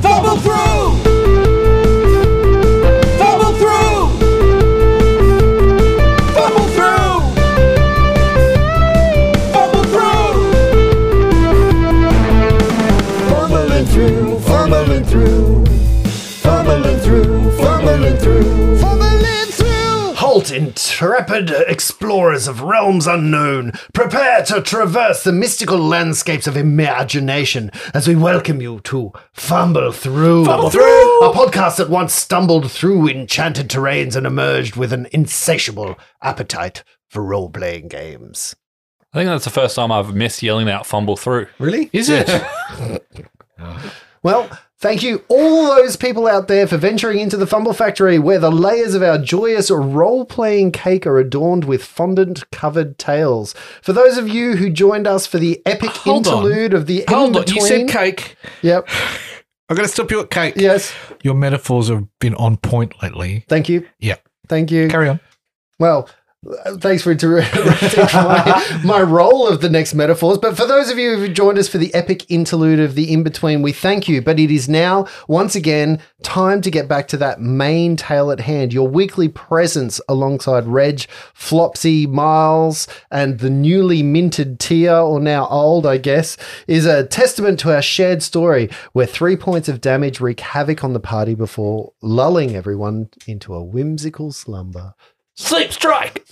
Follow through. Follow through. Follow through. Follow through. Fumbling through. Fumbling through. Fumbling through. Fumbling through. Fumbling through. Halt, intrepid explorers of realms unknown. Prepare to traverse the mystical landscapes of imagination as we welcome you to Fumble Through. Fumble Through! A podcast that once stumbled through enchanted terrains and emerged with an insatiable appetite for role playing games. I think that's the first time I've missed yelling out fumble through. Really? Is it? Well, thank you all those people out there for venturing into the Fumble Factory, where the layers of our joyous role-playing cake are adorned with fondant-covered tales. For those of you who joined us for the epic Hold on. interlude of the Hold on, in-between, you said cake. yep, I'm going to stop you at cake. yes, Your metaphors have been on point lately. thank you, Yeah. thank you. Carry on. Well, uh, thanks for interrupting my, my role of the next metaphors. But for those of you who joined us for the epic interlude of the in between, we thank you. But it is now, once again, time to get back to that main tale at hand your weekly presence alongside Reg, Flopsy, Miles, and the newly minted Tia, or now old, I guess, is a testament to our shared story where three points of damage wreak havoc on the party before lulling everyone into a whimsical slumber. Sleep strike.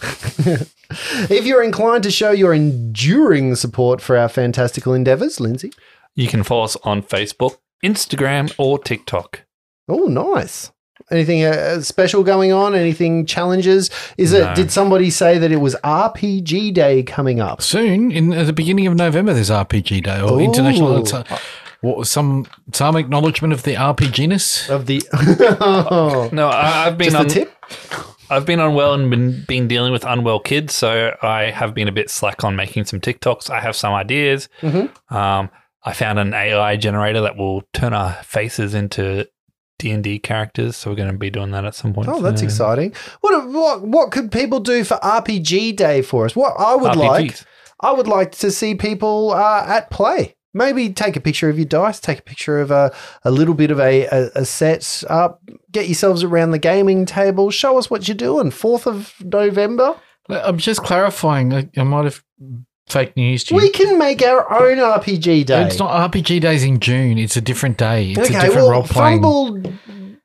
If you're inclined to show your enduring support for our fantastical endeavors, Lindsay. you can follow us on Facebook, Instagram, or TikTok. Oh, nice. Anything uh, special going on? Anything challenges? Is it? No. Did somebody say that it was RPG Day coming up? Soon, in at the beginning of November, there's RPG Day or International. Ooh. It's a- what, some some acknowledgement of the RPGness. Of the No, I, I've been just on. the tip. I've been unwell and been, been dealing with unwell kids, so I have been a bit slack on making some TikToks. I have some ideas. Mm-hmm. Um, I found an AI generator that will turn our faces into D and D characters, so we're going to be doing that at some point. Oh, that's Yeah. exciting. What what what could people do for RPG Day for us? What I would like, RPGs. I would like to see people uh, at play. Maybe take a picture of your dice, take a picture of a, a little bit of a, a, a set up, get yourselves around the gaming table, show us what you're doing. 4th of November, I'm just clarifying. I, I might have fake news to you. we can make our own RPG day. It's not RPG Days in June. It's a different day. It's a different role playing. Fumble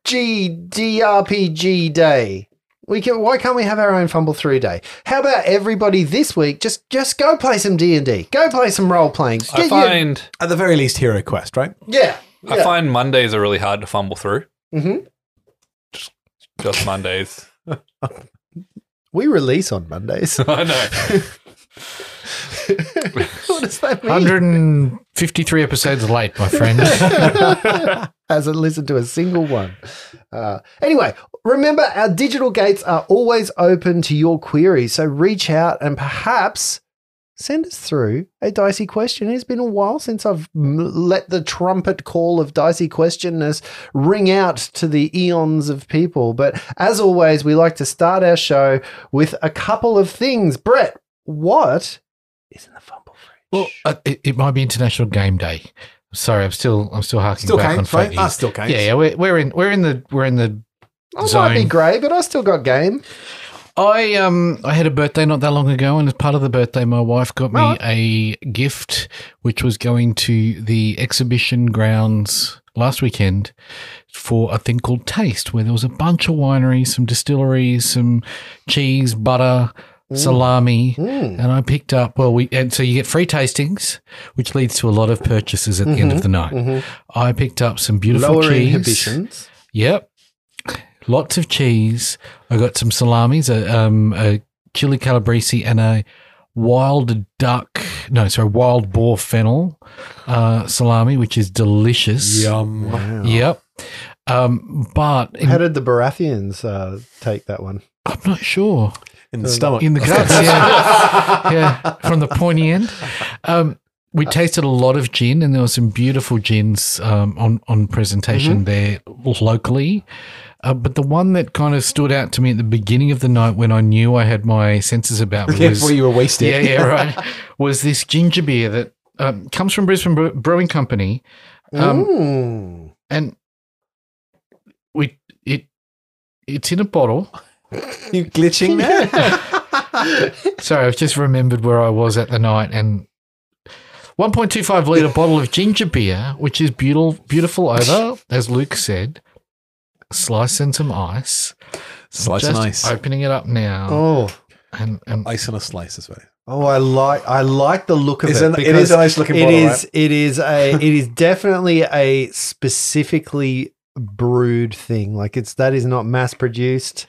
GDRPG day. We can, why can't we have our own Fumble 3 day? How about everybody this week just just go play some D&D. Go play some role playing. I find At the very least, Hero Quest, right? yeah. I find Mondays are really hard to fumble through. hmm Just Mondays. We release on Mondays. I know. what does that mean? 153 episodes late, my friend. hasn't listened to a single one. Uh, anyway, remember our digital gates are always open to your queries, so reach out and perhaps send us through a dicey question. It's been a while since I've m- let the trumpet call of dicey questionness ring out to the eons of people. But as always, we like to start our show with a couple of things. Brett, what is in the fumble fridge? well, uh, it, it might be International Game Day. Sorry, I'm still I'm still harking Still back on games, fake right? Ah, news. still games. Oh, Yeah, yeah, we're, we're in we're in the we're in the I zone. might be grey, but I still got game. I um I had a birthday not that long ago, and as part of the birthday, my wife got me Right. a gift, which was going to the exhibition grounds last weekend for a thing called Taste, where there was a bunch of wineries, some distilleries, some cheese, butter, salami, Hmm. and I picked up. Well, we and so you get free tastings, which leads to a lot of purchases at the end of the night. I picked up some beautiful Mm-hmm. Lower cheese. inhibitions. Yep. Lots of cheese. I got some salamis, a, um, a chili calabrese, and a wild duck. No, sorry, wild boar fennel uh, salami, which is delicious. Yum. Yep. Um, but How did the Baratheons uh, take that one? I'm not sure. In the stomach. In the guts, yeah. yeah, from the pointy end. Um, we tasted a lot of gin, and there were some beautiful gins um, on on Mm-hmm. presentation there locally. Uh, but the one that kind of stood out to me at the beginning of the night, when I knew I had my senses about me, Yeah, was before you were wasted. yeah, yeah, right, was this ginger Mm. beer that um, comes from Brisbane Brew- Brewing Company, um, Mm. and we it it's in a bottle. You glitching there? Sorry, I've just remembered where I was at the night and 1.25 litre bottle of ginger beer, which is beautiful, beautiful over, as Luke said. Slice and some ice. slice just and ice. opening it up now. Oh, And, and ice on a slice as well. oh, I like I like the look of It's it. an, it because is a nice looking It bottle. is. right? It is a. it is definitely a specifically brewed thing. Like it's that is not mass produced.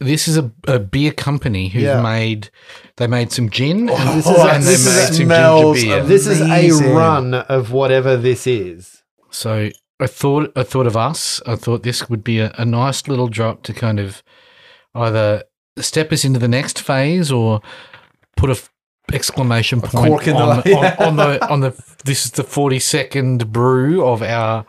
this is a, a beer company who've Yeah. made they made some gin Oh, and, this is a- and they this is made a- some ginger smells beer. of- This is a Amazing. run of whatever this is. So I thought I thought of us. I thought this would be a, a nice little drop to kind of either step us into the next phase or put a f- exclamation point cork in the on, line. on, on the on the this is the forty second brew of our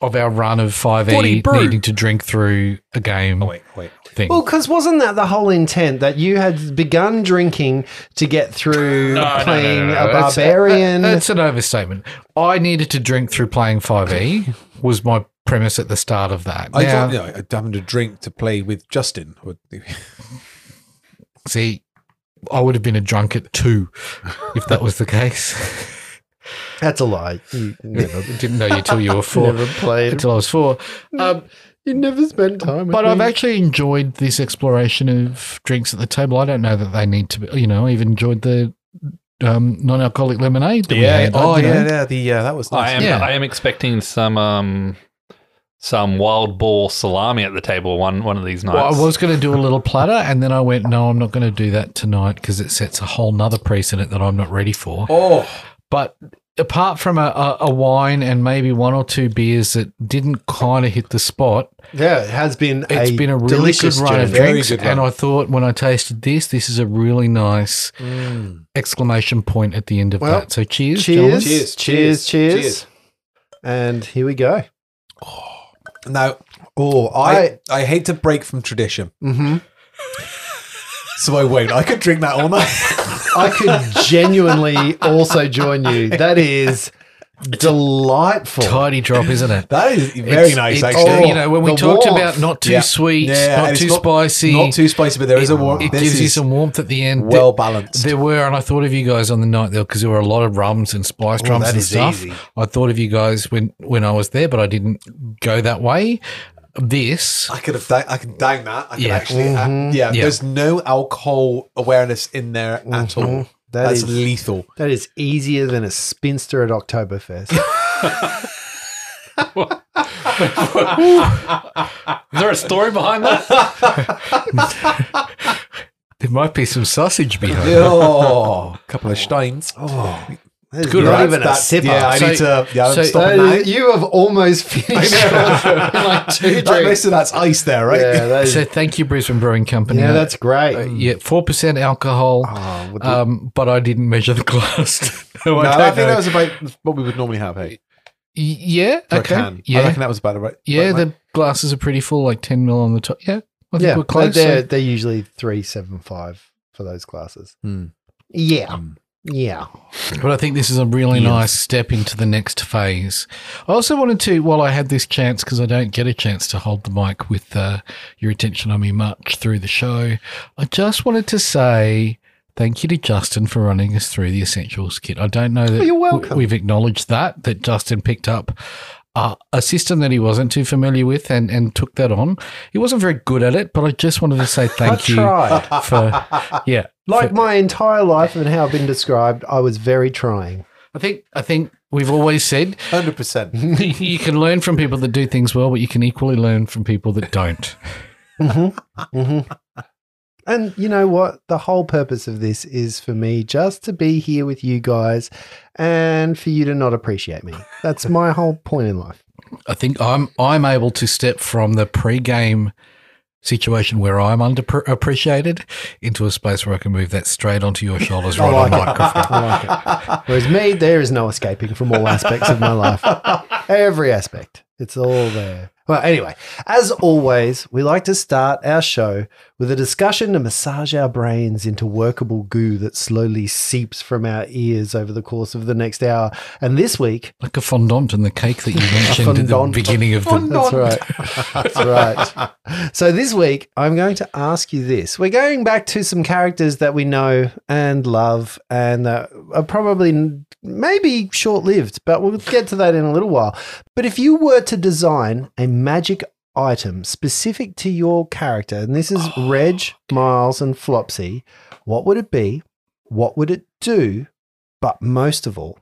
of our run of five E 40 brew. needing to drink through a game Oh, wait, wait. thing. Well, because wasn't that the whole intent that you had begun drinking to get through no, no, playing no, a That's- barbarian? that- That's an overstatement. I needed to drink through playing five E was my premise at the start of that. I Now- thought, you know, I'd having a drink to play with Justin. would- See, I would have been a drunk at two if that was the case. That's a lie. You never, Didn't know you till you were four. never played. Until I was four. Um, You never spent time. With but I've me. actually enjoyed this exploration of drinks at the table. I don't know that they need to be, you know, I even enjoyed the um, non alcoholic lemonade that we had. Oh, you know. yeah, yeah. The, uh, that was I nice. am. Yeah. I am expecting some um, some wild boar salami at the table one one of these nights. Well, I was going to do a little platter, and then I went, no, I'm not going to do that tonight because it sets a whole nother precedent that I'm not ready for. Oh, But apart from a, a, a wine and maybe one or two beers that didn't kind of hit the spot, yeah, it has been. it's a been a really good delicious run of journey. Very drinks. good And run. I thought when I tasted this, this is a really nice Mm. exclamation point at the end of Well, that. So cheers, Cheers, cheers. cheers, Cheers, cheers, cheers, cheers, cheers. And here we go. now Oh, I. I, I hate to break from tradition, mhm. so I won't. I could drink that all night. I could genuinely also join you. That is delightful. Tidy drop, isn't it? That is very It's- nice, it's- actually. Oh. you know, when we the talked warmth. about not too Yeah. sweet, Yeah, not it's too spicy, Not too spicy, but there is a warm. it this gives you is some warmth at the end. well balanced. There were, and I thought of you guys on the night there because there were a lot of rums and spice drums Oh, that and is stuff. easy. I thought of you guys when when I was there, but I didn't go that way. This, I could have. Di- I can dang that. I could Yeah. actually. uh, Mm-hmm. yeah, Yeah. There's no alcohol awareness in there at all. Mm-hmm. That That's is- lethal. That is easier than a spinster at Oktoberfest. Is there a story behind that? there might be some sausage behind. it. oh, a couple of steins. oh, that is Good not run. even a That's- sipper. Yeah, I So- need to. Yeah, so- uh, I'm stopping That now. is- you have almost finished like two That- drinks. most of that's ice there, right? Yeah, that is, So thank you, Brisbane Brewing Company. Uh, yeah, that's great. yeah, four percent alcohol. Oh, would- Um, but I didn't measure the glass. no, No, I I, don't think know. that was about what we would normally have. Hey, Y- yeah. for a okay. can. Yeah. I reckon that was about the right. yeah. right, The glasses are pretty full, like ten mil on the top. Yeah. I think yeah, we're but close. they're, so- they're usually 375 for those classes. Hmm. Yeah. Hmm. Yeah. But I think this is a really nice step into the next phase. I also wanted to, while I had this chance, because I don't get a chance to hold the mic with uh, your attention on me much through the show, I just wanted to say thank you to Justin for running us through the essentials kit. I don't know that Oh, you're w- welcome. we've acknowledged that, that Justin picked up. Uh, a system that he wasn't too familiar with and, and took that on. He wasn't very good at it, but I just wanted to say I thank you tried. for, yeah, Like my entire life and how I've been described, I was very trying. I think I think we've always said Hundred percent. you can learn from people that do things well, but you can equally learn from people that don't. And you know what? The whole purpose of this is for me just to be here with you guys and for you to not appreciate me. That's my whole point in life. I think I'm I'm able to step from the pre-game situation where I'm underappreciated into a space where I can move that straight onto your shoulders right on microphone. Whereas me, there is no escaping from all aspects of my life. Every aspect. It's all there. Well, anyway, as always, we like to start our show with a discussion to massage our brains into workable goo that slowly seeps from our ears over the course of the next hour. And this week, Like a fondant and the cake that you mentioned at the fondant. beginning of the. That's right. That's right. So this week, I'm going to ask you this. We're going back to some characters that we know and love and that are probably n- maybe short lived, but we'll get to that in a little while. But if you were to design a magic item specific to your character, and this is Reg, Miles, and Flopsy, what would it be? What would it do? But most of all,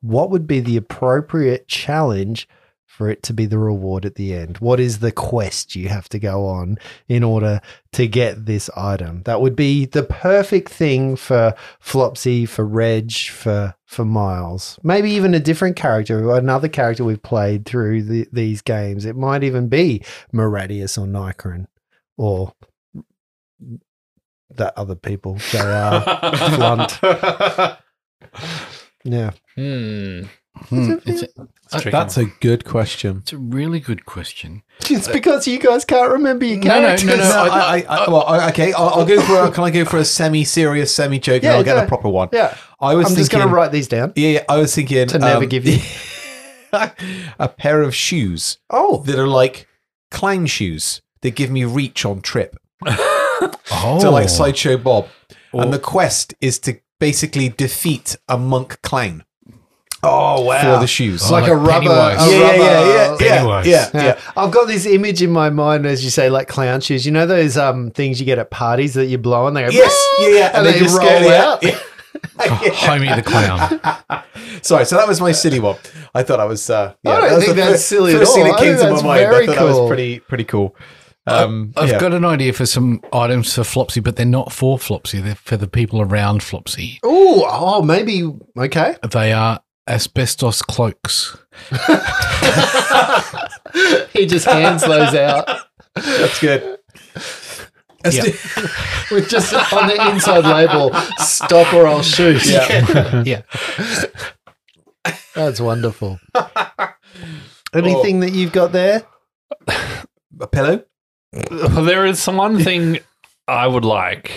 what would be the appropriate challenge for it to be the reward at the end? What is the quest you have to go on in order to get this item? That would be the perfect thing for Flopsy, for Reg, for for Miles. Maybe even a different character, another character we've played through the, these games. It might even be Maradius or Nikron or that other people, uh, JR, Flunt. Yeah. Hmm. Hmm, it's, a, It's a tricky That's one. a good question. it's a really good question. It's because you guys can't remember your No, no, no, characters. no, No, I, I, I, well, I- okay, I'll, I'll go for. A, can I go for a semi-serious, semi-joke, Yeah, and I'll get go. a proper one? Yeah. I was I'm thinking. just going to write these down. yeah, yeah, I was thinking um, To never give you- a pair of shoes Oh, that are like clown shoes that give me reach on trip. Oh, So like sideshow Bob, and the quest is to basically defeat a monk clown. Oh wow. For the shoes, Oh, like, like a rubber. Pennywise. a yeah, rubber- yeah, yeah, yeah, yeah, Pennywise. yeah, yeah. I've got this image in my mind as you say, like clown shoes. You know those um things you get at parties that you blow and they go, Yes, yeah, yeah. And they roll out. Homie the clown. Sorry, so that was my silly one. I thought I was. Uh, yeah, I don't that was think the that's first- silly at first thing all. that I came think to that's my mind. very I thought that cool. was pretty pretty cool. Um, I've yeah. got an idea for some items for Flopsy, but they're not for Flopsy. They're for the people around Flopsy. Ooh, oh, maybe okay. They are asbestos cloaks. He just hands those out that's good. That's Yeah. with just on the inside label, stop or I'll shoot. Yeah. yeah. That's wonderful. Anything that you've got there? a pillow. Well, there is some one thing I would like.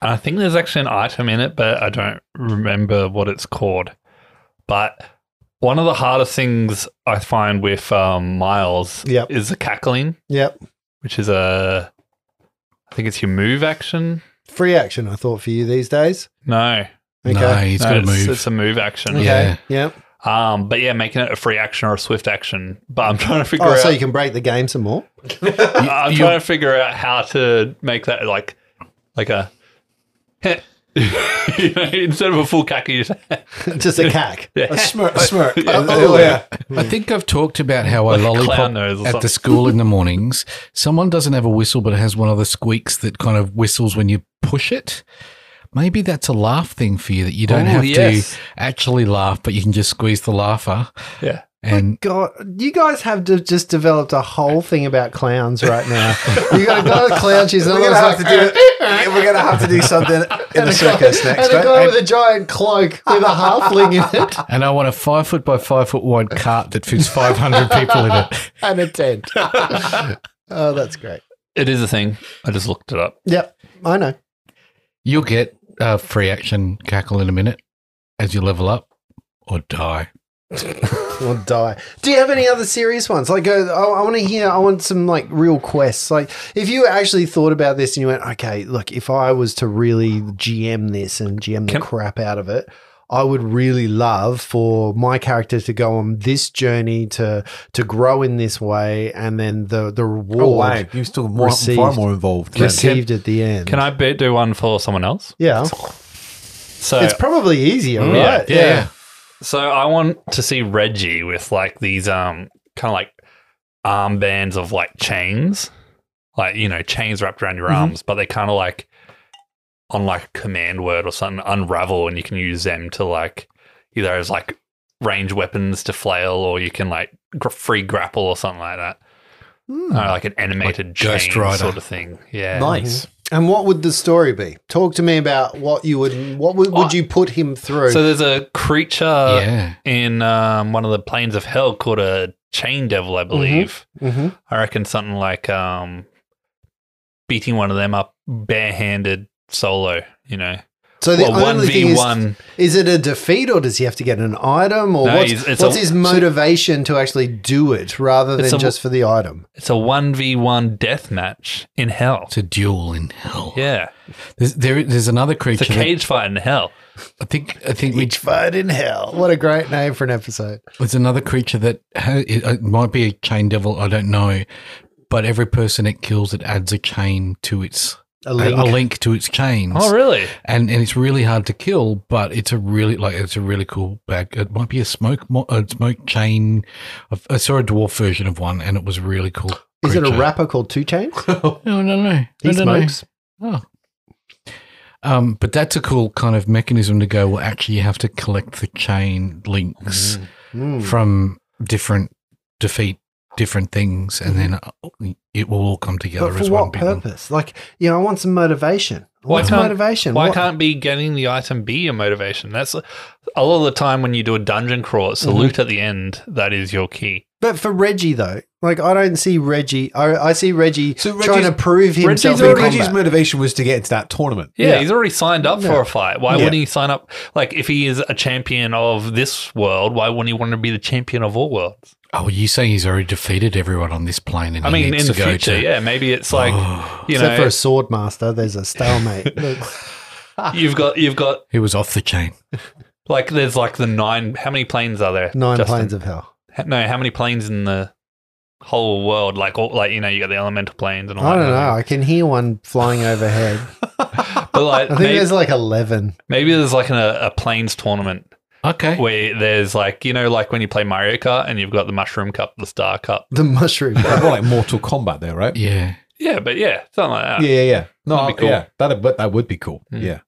And I think there's actually an item in it, but I don't remember what it's called. But one of the hardest things I find with um, Miles Yep. is the cackling, Yep. which is a, I think it's your move action. Free action, I thought, for you these days. No, Okay. No, he's no, got to it's, move. it's a move action. Okay. Yeah. Yep. Um, but yeah, making it a free action or a swift action. But I'm trying to figure Oh, out. so you can break the game some more. I'm you- trying to figure out how to make that like, like a, you know, instead of a full cack, you just Just a cack. A smirk. A smirk. yeah. oh, Oh, yeah. I think I've talked about how I Like a lollipop clown nose or at the something. school in the mornings. Someone doesn't have a whistle, but it has one of the squeaks that kind of whistles when you push it. Maybe that's a laugh thing for you that you don't Ooh, have yes. to actually laugh, but you can just squeeze the laugher. yeah. And God, you guys have de- just developed a whole thing about clowns right now. you got a guy with clown shoes, and We're gonna another have one's to like, do it. yeah, We're gonna have to do something in the circus next, and a guy right? with a giant cloak with a halfling in it and I want a five foot by five foot wide cart that fits five hundred people in it. and a tent. oh, that's great. It is a thing. I just looked it up. Yep, I know. You'll get a free action cackle in a minute as you level up or die. Or die. Do you have any other serious ones? Like, uh, I, I want to hear. I want some like real quests. Like, if you actually thought about this and you went, okay, look, if I was to really GM this and GM the Can- crap out of it. I would really love for my character to go on this journey to to grow in this way, and then the the reward Oh wow, you were still more, far Received. more involved. than- received at the end. Can I be, do one for someone else? Yeah, So, it's probably easier, Mm, yeah, right? so I want to see Reggie with like these um kind of like armbands of like chains, like you know chains wrapped around your arms, but they kind of like on like a command word or something unravel, and you can use them to like either as like range weapons to flail, or you can like gr- free grapple or something like that. Uh, like an animated Ghost chain Rider. Mm-hmm. sort of thing. Yeah, Nice. And what would the story be? Talk to me about what you would what would, Oh, would you put him through? So there's a creature yeah. in um, one of the planes of hell called a Chain Devil, I believe. Mm-hmm. I reckon something like um, beating one of them up barehanded solo. You know, So the well, one only thing v is, one. is it a defeat or does he have to get an item or No, what's, he's- it's what's a- his motivation to actually do it rather It's than a- just for the item? It's a one v one death match in hell. It's a duel in hell. Yeah, There's, there, there's another it's a creature. that- cage fight in hell. I think I think we, fight in hell. What a great name for an episode. there's another creature that ha- it, it might be a chain devil. I don't know, but every person it kills, it adds a chain to its A a- link. a link to its chains. Oh, really? and and it's really hard to kill, but it's a really like it's a really cool bag. It might be a smoke mo- a smoke chain. I- I saw a dwarf version of one, and it was really cool. Is it a creature. rapper called Two Chains? No, no, no. He no, no, no. smokes. Oh. Um, but that's a cool kind of mechanism to go. Well, actually, you have to collect the chain links Mm. from different defeat, different things, and then uh, it will all come together But as for one what big one. purpose? Like, you know, I want some motivation. Why What's can't- motivation? Why What- can't be getting the item be your motivation? That's a lot of the time when you do a dungeon crawl, it's the Mhm. loot at the end that is your key. But for Reggie though, like I don't see Reggie. I, I see Reggie So trying to Reggie's- prove himself Reggie's, in Reggie's combat. motivation was to get into that tournament. Yeah, Yeah. he's already signed up Yeah. for a fight. Why Yeah. wouldn't he sign up? Like, if he is a champion of this world, why wouldn't he want to be the champion of all worlds? Oh, are you saying he's already defeated everyone on this plane? And I he mean, needs in the to Oh. go future, to- yeah, maybe it's like you Except for know, a sword master, there's a stalemate. Look, you've got you've got He was off the chain. like there's like the nine. How many planes are there? nine Justin? planes of hell. Ha- No, how many planes in the whole world? Like, all, like you know, you got the elemental planes and all I that. don't kind know. of I can hear one flying overhead. thing. But like, I think maybe, there's like eleven. maybe there's like an, a, a planes tournament Okay. where there's like you know, like when you play Mario Kart and you've got the Mushroom Cup, the Star Cup. The mushroom. More like Mortal Kombat, there, right? yeah. Yeah, but yeah, something like that. Yeah, yeah, yeah. No, That'd be cool. yeah, that but that would be cool. Hmm. Mm. Yeah,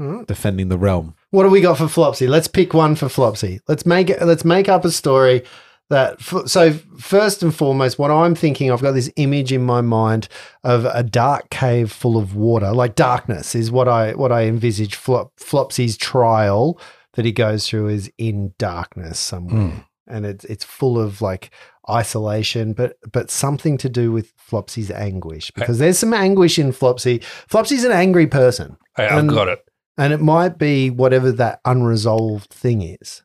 Alright. defending the realm. What do we got for Flopsy? Let's pick one for Flopsy. Let's make let's make up a story that f- so first and foremost what I'm thinking I've got this image in my mind of a dark cave full of water like darkness is what I what I envisage Flop, Flopsy's trial that he goes through is in darkness somewhere Mm. and it's it's full of like isolation but but something to do with Flopsy's anguish because there's some anguish in Flopsy. Flopsy's an angry person. Okay, I've And- got it. And it might be whatever that unresolved thing is.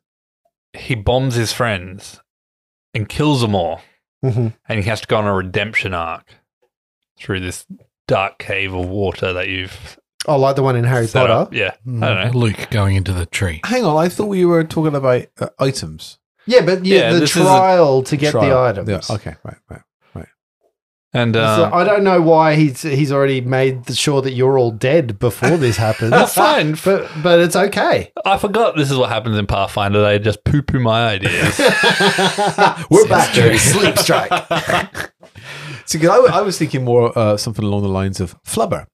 He bombs his friends and kills them all, Mhm. and he has to go on a redemption arc through this dark cave of water that you've Oh, like the one in Harry set Potter. up. Yeah, I Mm, don't know. Luke going into the tree. Hang on, I thought we were talking about uh, items. Yeah, but yeah, Yeah, the this is a trial to get the Trial. items. Yeah, okay, right, right. And So um, I don't know why he's he's already made the- sure that you're all dead before this happens. that's fine. But but it's okay. I forgot this is what happens in Pathfinder. They just poo poo my ideas. We're back to sleep strike. So 'cause I wa- I was thinking more uh, something along the lines of flubber.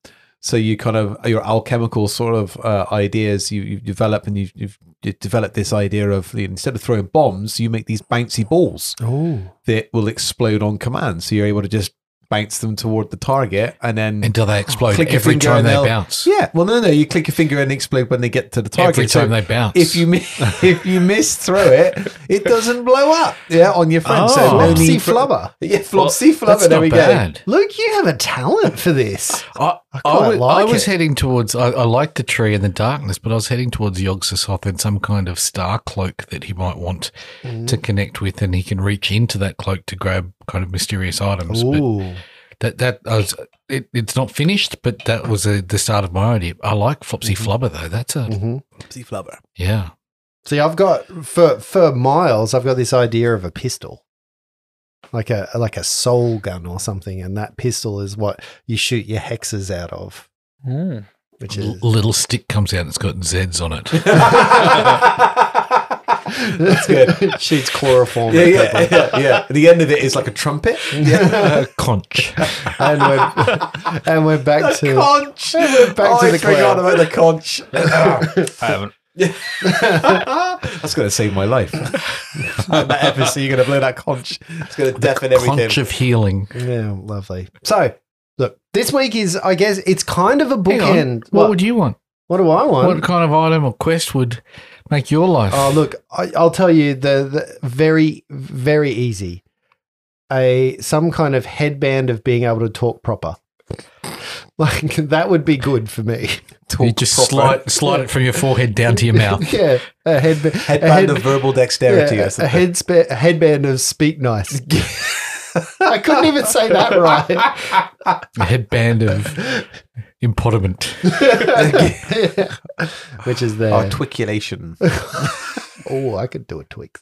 So you kind of your alchemical sort of uh, ideas you, you develop, and you've, you've you developed this idea of the- instead of throwing bombs, you make these bouncy balls Oh, that will explode on command. So you're able to just bounce them toward the target, and then Until they explode Click your every finger time and they they'll- bounce. yeah. Well, no, no, you click a finger and they explode when they get to the target. Every So time they bounce. if you mi- if you miss throw it, it doesn't blow up. Yeah, on your friend. Oh. so no Flopsy need for- flubber. Yeah, flopsy that's flubber. There not we go. bad. Luke, you have a talent for this. I, I, quite was, like I was it. heading towards. I, I liked the tree in the darkness, but I was heading towards Yog Sothoth and some kind of star cloak that he might want to Mm. connect with, and he can reach into that cloak to grab kind of mysterious items. But Ooh. that that I was, it, it's not finished, but that was a, the start of my idea. I like Flopsy Mm-hmm. Flubber though. That's a hmm Flopsy flubber. yeah. See, I've got for for miles. I've got this idea of a pistol, like a like a soul gun or something, and that pistol is what you shoot your hexes out of, Hmm. Mm. which L- is little stick comes out. and It's got Zeds on it. that's good. Shoots chloroform. Yeah, at yeah, people. yeah, yeah. The end of it is like a trumpet. a conch. and we're and we're back to conch. Oh, back to I the forgot clown. about the conch. I haven't. That's going to save my life. that episode, you're going to blow that conch. It's going to deafen Conch everything. of healing. yeah, lovely. So look, this week is I guess it's kind of a Hang on. bookend. What What, would you want? what do I want? What kind of item or quest would Make your life. Oh, look, I, I'll tell you the, the very, very easy. A some kind of headband of being able to talk proper. Like that would be good for me. you just slide, slide it from your forehead down to your mouth. yeah, a headband, Headband a head- of verbal dexterity yeah, or a, something. headspa- a headband of speak nice. I couldn't even say that right. A headband of impediment. Which is the Articulation. Oh, I could do a tweak.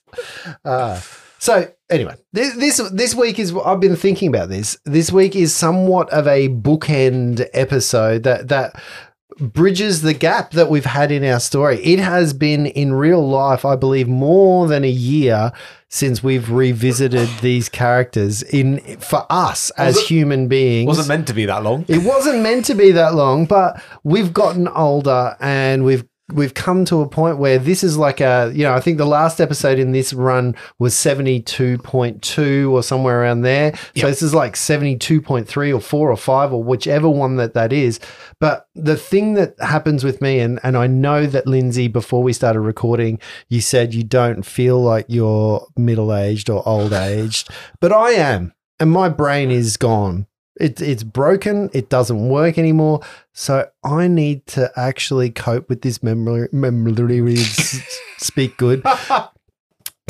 Uh, so anyway, this, this this week is I've been thinking about this. This week is somewhat of a bookend episode that that bridges the gap that we've had in our story. It has been in real life, I believe, more than a year since we've revisited these characters in for us as human beings. Wasn't meant to be that long. It wasn't meant to be that long, but we've gotten older and we've we've come to a point where this is like a you know I think the last episode in this run was seventy two point two or somewhere around there. So this is like seventy two point three or four or five or whichever one that that is. But the thing that happens with me and and I know that Lindsay before we started recording you said you don't feel like you're middle aged or old aged, but I am and my brain is gone. It, it's broken. It doesn't work anymore. So I need to actually cope with this memory. Memory s- speak good.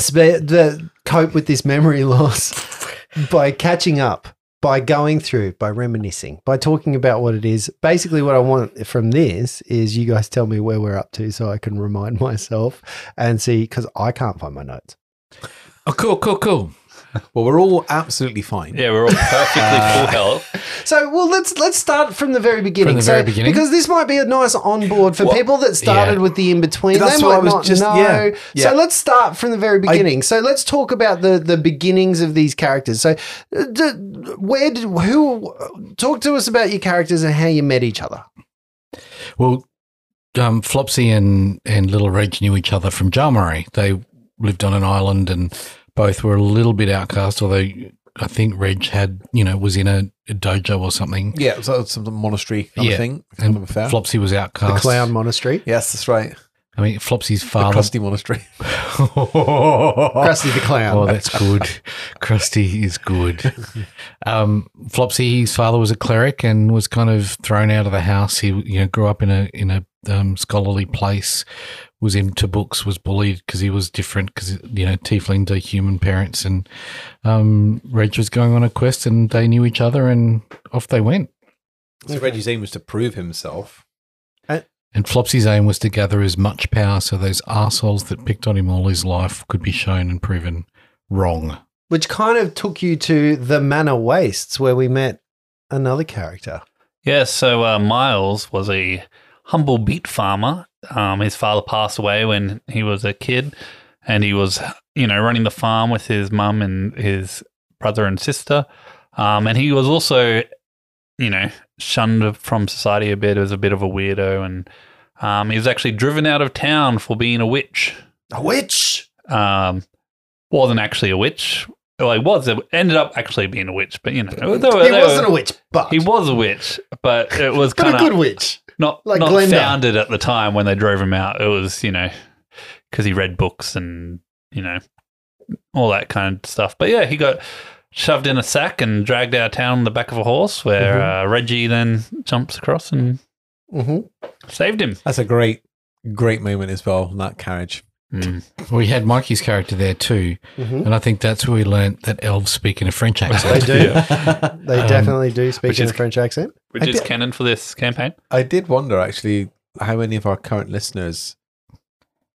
Spe- the, cope with this memory loss by catching up, by going through, by reminiscing, by talking about what it is. Basically, what I want from this is you guys tell me where we're up to, so I can remind myself and see because I can't find my notes. Oh, cool, cool, cool. Well, we're all absolutely fine. Yeah, we're all perfectly full Uh, health. So, well, let's let's start from the very beginning. the So, very beginning? because this might be a nice onboard for people that started yeah. with the in between. That's they what I might was not just- know. yeah, yeah. So let's start from the very beginning. so let's talk about the the beginnings of these characters. So, uh, d- where did who talk to us about your characters and how you met each other? Well, um, Flopsy and, and Little Reg knew each other from Jarmari. They lived on an island and both were a little bit outcast, although I think Reg had, you know, was in a, a dojo or something. Yeah, so it's some monastery kind Yeah. of thing. if I And remember fair. Flopsy was outcast. monastery, yes, that's right. I mean, Flopsy's The father. crusty monastery. Krusty the Clown. Oh, that's good. Krusty is good. Um, Flopsy, his father was a cleric and was kind of thrown out of the house. He, you know, grew up in a in a um, scholarly place. Was into books. Was bullied because he was different. Because you know, tiefling to human parents. And um, Reg was going on a quest, and they knew each other, and off they went. So Reggie's aim was to prove himself. And Flopsy's aim was to gather as much power so those assholes that picked on him all his life could be shown and proven wrong. which kind of took you to the Manor Wastes, where we met another character. Yeah, so uh, Miles was a humble beet farmer. Um, his father passed away when he was a kid, and he was, you know, running the farm with his mum and his brother and sister. Um, and he was also, you know, shunned from society a bit as a bit of a weirdo. And um, he was actually driven out of town for being a witch. A witch. um, wasn't actually a witch. Well, he was. It ended up actually being a witch, but you know, they were- he they wasn't were- a witch, but He was a witch, but it was but kind a good of witch. not like not Glinda. founded at the time when they drove him out. It was you know because he read books and you know all that kind of stuff. But yeah, he got shoved in a sack and dragged out of town on the back of a horse, where uh, Reggie then jumps across and Mm-hmm. saved him. That's a great, great moment as well. in That carriage. Mm. We had Mikey's character there too, Mhm. and I think that's where we learnt that elves speak in a French They accent. do. They definitely do speak Um, which in is- a French accent. Which is canon for this campaign. I did wonder actually how many of our current listeners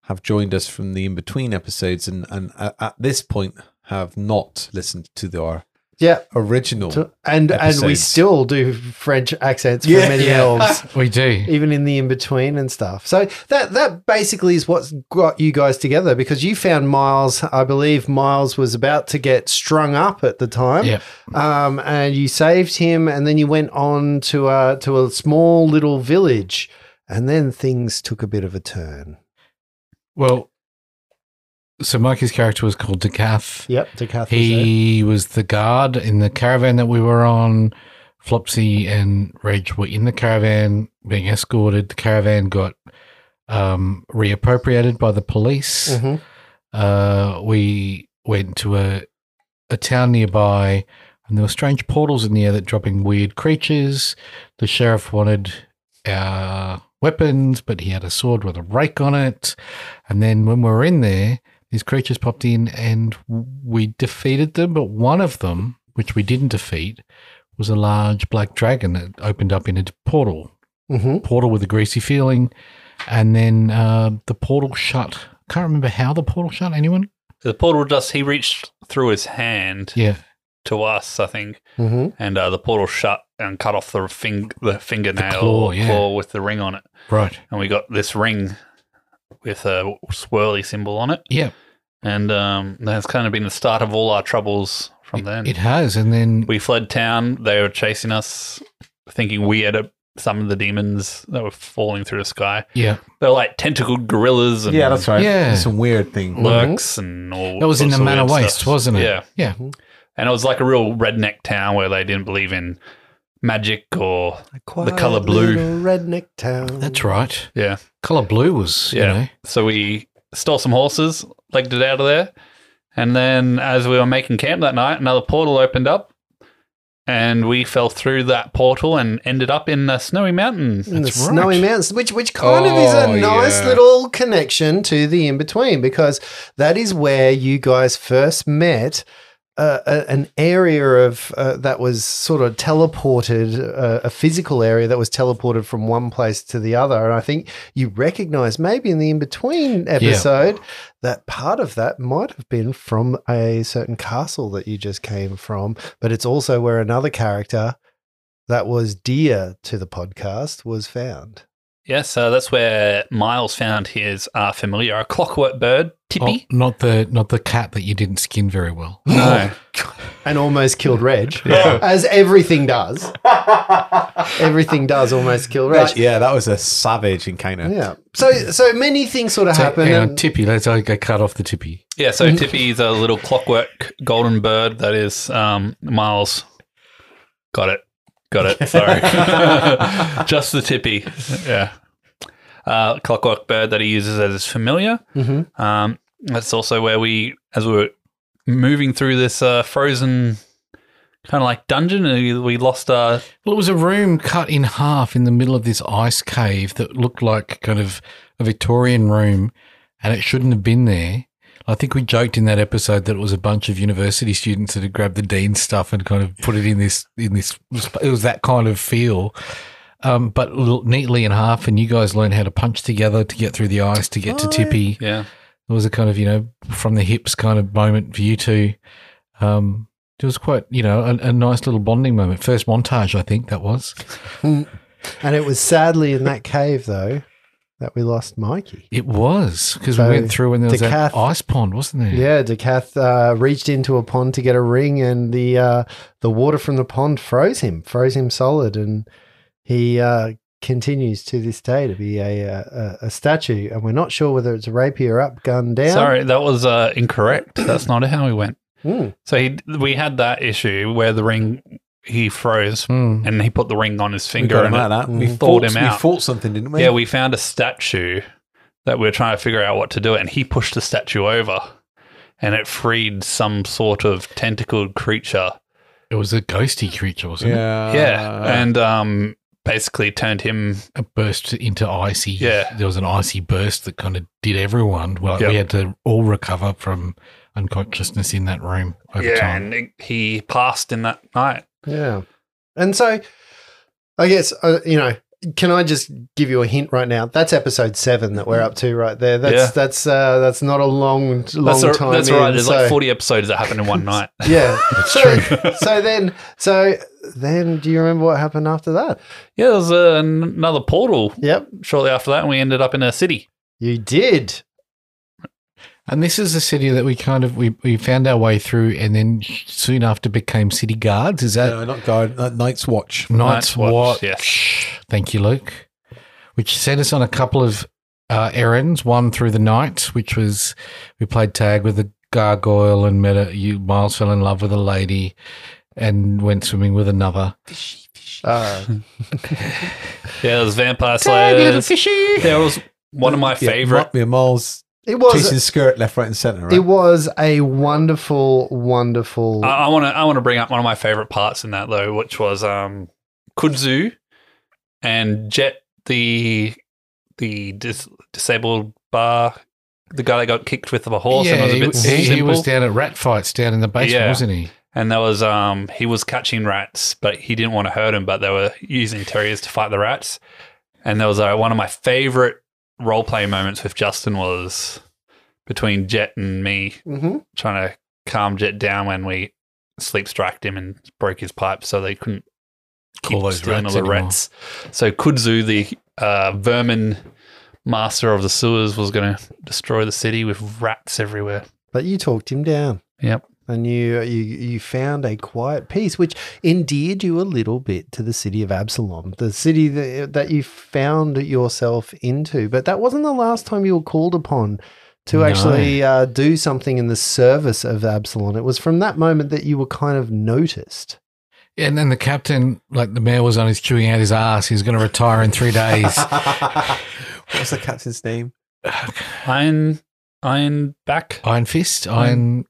have joined us from the in between episodes and, and uh, at this point have not listened to the, our Yeah. original. So- and and we Episodes. still do French accents for Yeah, many yeah. elves, We do. even in the in between and stuff. So that that basically is what's got you guys together because you found Miles. I believe Miles was about to get strung up at the time, Yep. um, and you saved him, and then you went on to a to a small little village, and then things took a bit of a turn. Well, so Mikey's character was called Decath. Yep, to Catherine. He was the guard in the caravan that we were on. Flopsy and Reg were in the caravan being escorted. The caravan got um, reappropriated by the police. Mhm. Uh, we went to a a town nearby, and there were strange portals in the air that dropping weird creatures. The sheriff wanted our weapons, but he had a sword with a rake on it. And then when we were in there, these creatures popped in, and we defeated them. But one of them, which we didn't defeat, was a large black dragon that opened up in a portal Mm-hmm. portal with a greasy feeling, and then uh, the portal shut. Can't remember how the portal shut. Anyone? The portal just he reached through his hand Yeah, to us, I think, Mm-hmm. and uh, the portal shut and cut off the fing- the fingernail The claw, yeah. claw with the ring on it, right. and we got this ring with a swirly symbol on it, Yeah, and um, that's kind of been the start of all our troubles from then. it has. And then we fled town. They were chasing us, thinking we had uh, summoned the demons that were falling through the sky. yeah, They were like tentacled gorillas and Yeah, that's right. Yeah. mm-hmm. Some weird thing. lurks and all. that was in the sorts of Manor weird Waste, stuff. wasn't it? Yeah, yeah. and it was like a real redneck town where they didn't believe in magic or Quiet colour blue. little Redneck town. That's right. yeah, Color blue was yeah. you know So we stole some horses, legged it out of there, and then as we were making camp that night, another portal opened up. And we fell through that portal and ended up in a snowy mountain. In the That's right. snowy mountains, which which kind of is Oh, a nice yeah. little connection to the in between because that is where you guys first met. Uh, a, an area of uh, that was sort of teleported, uh, a physical area that was teleported from one place to the other, and I think you recognise maybe in the in between episode that part of that might have been from a certain castle that you just came from, but it's also where another character that was dear to the podcast was found. Yeah, so that's where Miles found his uh, familiar, a clockwork bird, Oh, Tippy. not the not the cat that you didn't skin very well. No. And almost killed Reg, as everything does. everything does almost kill Reg. That- yeah, that was a savage encounter. yeah. So so many things sort of So, happen. hang on, and- Tippy. Let's I I cut off the Tippy. Yeah, so Tippy's a little clockwork golden bird that is um, Miles. Got it. Got it. Sorry. Just the Tippy. Yeah. Uh, clockwork bird that he uses as his familiar. Mhm. Um, that's also where we, as we were moving through this uh, frozen kind of like dungeon, and we- we lost our Well, it was a room cut in half in the middle of this ice cave that looked like kind of a Victorian room, and it shouldn't have been there. I think we joked in that episode that it was a bunch of university students that had grabbed the dean's stuff and kind of put it in this in this. It was that kind of feel, um, but l- neatly in half. And you guys learned how to punch together to get through the ice to get to Tippy. yeah. It was a kind of you know from the hips kind of moment for you two. Um, it was quite you know a, a nice little bonding moment. First montage, I think that was. and it was sadly in that cave, though, that we lost Mikey. It was because So, we went through when there was Decath- that ice pond, wasn't there? Yeah, Decath uh, reached into a pond to get a ring, and the uh, the water from the pond froze him, froze him solid, and he uh, continues to this day to be a, uh, a a statue. And we're not sure whether it's rapier up, gun down. Sorry, that was uh, incorrect. That's not how we went. Mm. So he, we had that issue where the ring he froze Mm. and he put the ring on his We finger. got him and out it- of that. We Mhm. fought Fought him we out. fought something, didn't we? yeah, we found a statue that we were trying to figure out what to do, and he pushed the statue over, and it freed some sort of tentacled creature. It was a ghosty creature, wasn't it? yeah. Uh, yeah, and um, basically turned him. It burst into icy. Yeah. There was an icy burst that kind of did everyone. Well, Yep. we had to all recover from unconsciousness in that room over Yeah, time. and it- he passed in that night. Yeah. And so, I guess, uh, you know, can I just give you a hint right now? That's episode seven that we're up to right there. That's Yeah. that's uh, that's not a long long That's, a, time. that's in, right. There's like so- 40 episodes that happened in one night. Yeah, That's so, true. so then, so then, do you remember what happened after that? Yeah, there was uh, an- another portal Yep, shortly after that, and we ended up in a city. you did. And this is a city that we kind of we, we found our way through, and then soon after became city guards. Is that No, not guard. Not Night's Watch. Night's Night's Watch, Watch. yes. Thank you, Luke. Which sent us on a couple of uh, errands. One through the night, which was we played tag with a gargoyle and met a you. Miles fell in love with a lady and went swimming with another. Uh, Yeah, there was vampire slayers. fishy. There was One of my Yeah, favorite. Mark me a Miles It was chasing skirt left, right, and center. Right? it was a wonderful, wonderful. I want to. I want to bring up one of my favorite parts in that though, which was um, Kudzu and Jet, the the dis- disabled bar, the guy that got kicked with a horse and was a he, bit was- he- he simple. was down at rat fights down in the basement, Yeah. wasn't he? and there was um, he was catching rats, but he didn't want to hurt him. But they were using terriers to fight the rats. And there was uh, one of my favorite role play moments with Justin was between Jet and me Mhm. trying to calm Jet down when we sleep striked him and broke his pipe, so they couldn't keep Call those stealing all rats the anymore. rats. So Kudzu, the uh, vermin master of the sewers, was going to destroy the city with rats everywhere. But you talked him down. Yep. And you, you you found a quiet peace, which endeared you a little bit to the city of Absalom, the city that, that you found yourself into. But that wasn't the last time you were called upon to No. actually uh, do something in the service of Absalom. It was from that moment that you were kind of noticed. And then the captain, like the mayor was on, he's chewing out his ass. He's going to retire in three days. What's the captain's name? Iron, iron back, Iron Fist, Iron.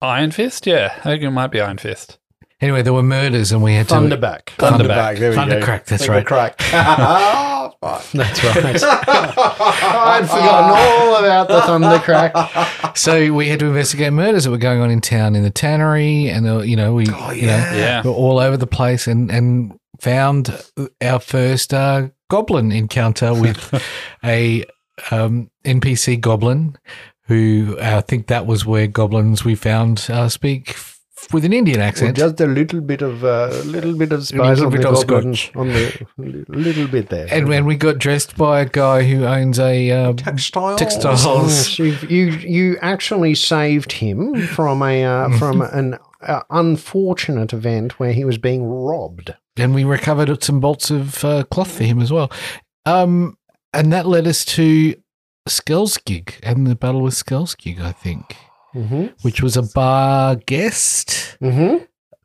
iron fist. Yeah, I think it might be iron fist. Anyway, there were murders, and we had to Thunderback. Thunderback. There we go. Thundercrack, that's right. Thundercrack. Ah, fuck. That's right. I'd forgotten Ah. all about the Thundercrack. So we had to investigate murders that were going on in town in the tannery, and uh, you know we, you know, Yeah, were all over the place, and and found our first uh, goblin encounter with a um, NPC goblin, who uh, I think that was where goblins we found uh, speak f- with an Indian accent. Just a little bit of uh, little bit of spice Little on, bit the of goblin- scotch. on the little bit there. and when we got dressed by a guy who owns a uh, Textile. textiles. Yes, you've- you you actually saved him from a uh, from an uh, unfortunate event where he was being robbed. and we recovered some bolts of uh, cloth for him as well. Um, and that led us to Skelskig and the battle with Skelskig, I think, Mm-hmm. which was a bar guest. Mm-hmm.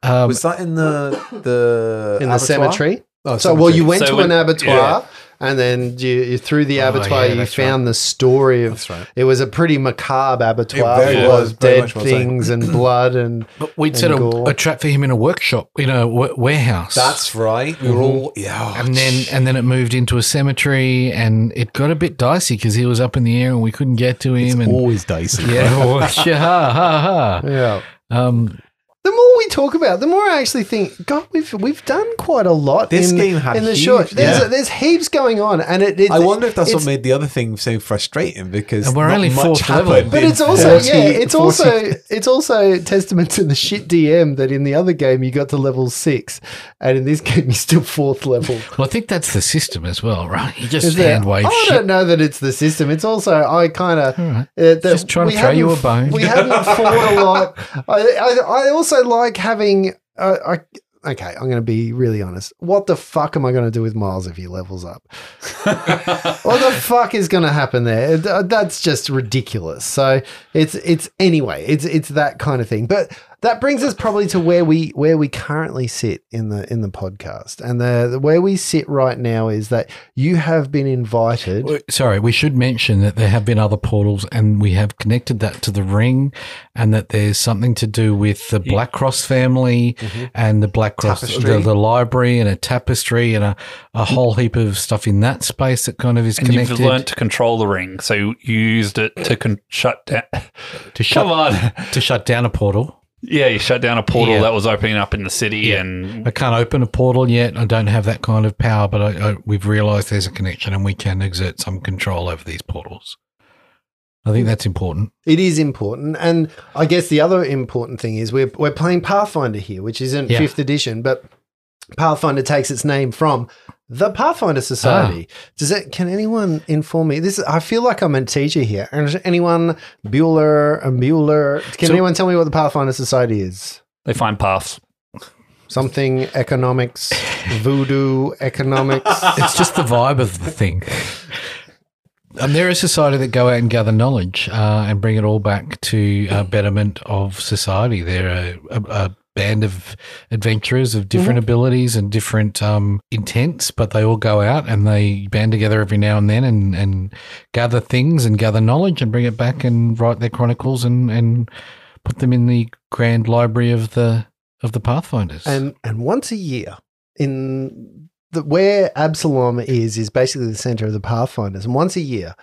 Um, Was that in the the In the abattoir? cemetery. Oh, So, well, you cemetery. went So to an when- abattoir, and then you, you through the Oh, abattoir, yeah, you that's right. found the story of. That's right. It was a pretty macabre abattoir. It very full was, of very dead much was, eh? things and blood and but we'd and set a, gore. a trap for him in a workshop, in a wa- warehouse. That's right. We were all yeah. and then and then it moved into a cemetery, and it got a bit dicey because he was up in the air and we couldn't get to him. and always dicey. yeah, well, yeah, ha, ha, yeah. ha. Um, The more we talk about, it, the more I actually think, God, we've we've done quite a lot. This in, game had in the huge- short. There's, yeah. there's heaps going on, and it. it I wonder if that's what it's- made the other thing so frustrating because And we're not only much fourth level. happened But in it's also 40 yeah, it's 40 also it's also testament to the shit DM that in the other game you got to level six, and in this game you're still fourth level. well, I think that's the system as well, right? You just Is there- Oh, hand wave I shit. don't know that it's the system. It's also I kind of All right. Uh, that Just trying to we throw you haven't- a bone. We haven't fought a lot. I, I, I also like having. Uh, I, okay, I'm going to be really honest. What the fuck am I going to do with Miles if he levels up? what the fuck is going to happen there? It- uh, That's just ridiculous. So it's it's anyway. It's it's that kind of thing. But that brings us probably to where we where we currently sit in the in the podcast. And the, the where we sit right now is that you have been invited. Well, Sorry, we should mention that there have been other portals, and we have connected that to the ring, and that there's something to do with the Black Cross family Mm-hmm. and the Black Cross, the, Tapestry. the library, and a tapestry, and a, a whole heap of stuff in that space that kind of is Mm-hmm. and connected you've learned to control the ring, so you used it to con- shut down. to Come shut on, to shut down a portal. yeah, you shut down a portal Yeah. that was opening up in the city, and I can't open a portal yet. I don't have that kind of power, but I, I, we've realised there's a connection, and we can exert some control over these portals. I Mm. think that's important. It is important, and I guess the other important thing is we're we're playing Pathfinder here, which isn't Yeah. fifth edition, but Pathfinder takes its name from the Pathfinder Ah. Society. Does it? Can anyone inform me? This is, I feel like I'm a teacher here. And is anyone Bueller and Bueller? Can So- anyone tell me what the Pathfinder Society is? they find paths. Something economics, voodoo economics. it's just the vibe of the thing. And they're a society that go out and gather knowledge uh, and bring it all back to uh, betterment of society. They're a, a, a band of adventurers of different abilities and different um, intents, but they all go out and they band together every now and then and, and gather things and gather knowledge and bring it back and write their chronicles and, and put them in the grand library of the of the Pathfinders. And and once a year in the, where Absalom is is basically the center of the Pathfinders. And once a year,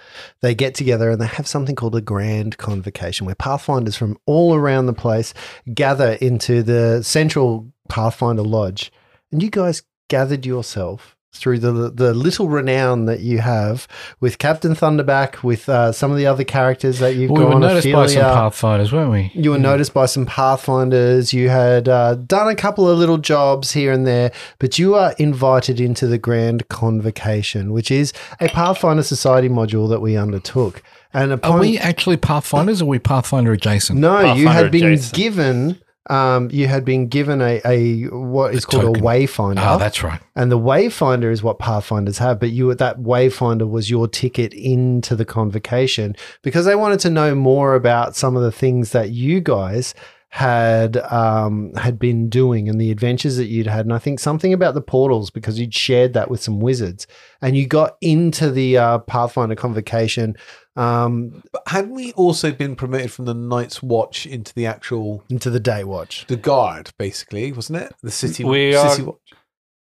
they get together and they have something called a grand convocation, where Pathfinders from all around the place gather into the central Pathfinder lodge. And you guys gathered yourself through the the little renown that you have with Captain Thunderback, with uh, some of the other characters that you've Well, we got were on noticed by some Ophelia. Pathfinders, weren't we? You were noticed by some Pathfinders. You had uh, done a couple of little jobs here and there, but you are invited into the Grand Convocation, which is a Pathfinder Society module that we undertook. And upon Are we actually Pathfinders or are we Pathfinder adjacent? no, you Pathfinder had been adjacent. given. Um, you had been given a, a what is called token. a wayfinder, Ah, that's right. and the wayfinder is what pathfinders have. But you that wayfinder was your ticket into the convocation because they wanted to know more about some of the things that you guys had um, had been doing and the adventures that you'd had, and I think something about the portals because you'd shared that with some wizards, and you got into the uh, Pathfinder convocation um, But hadn't we also been promoted from the Night's Watch into the actual into the Day Watch. the guard, basically, wasn't it? The city. We city are- watch.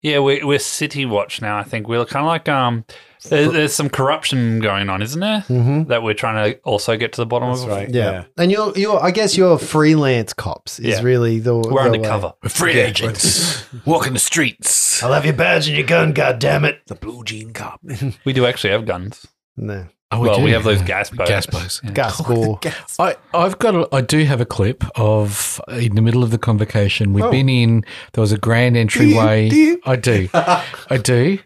Yeah, we're, we're City Watch now. I think we're kind of like um, there's, there's some corruption going on, isn't there? Mm-hmm. That we're trying to also get to the bottom That's of. right. Yeah. and you're you're I guess you're freelance cops is Yeah. really the We're the way. undercover. We're free uh, Yeah. agents walking the streets. I'll have your badge and your gun, God damn it! The blue jean cop. We do actually have guns. No, Oh, well, do. we have those gas bows. Gas bows. Yeah. gas ball. I, I've got a, I do have a clip of in the middle of the convocation. We've Oh. been in. There was a grand entryway. Do you- I do, I do.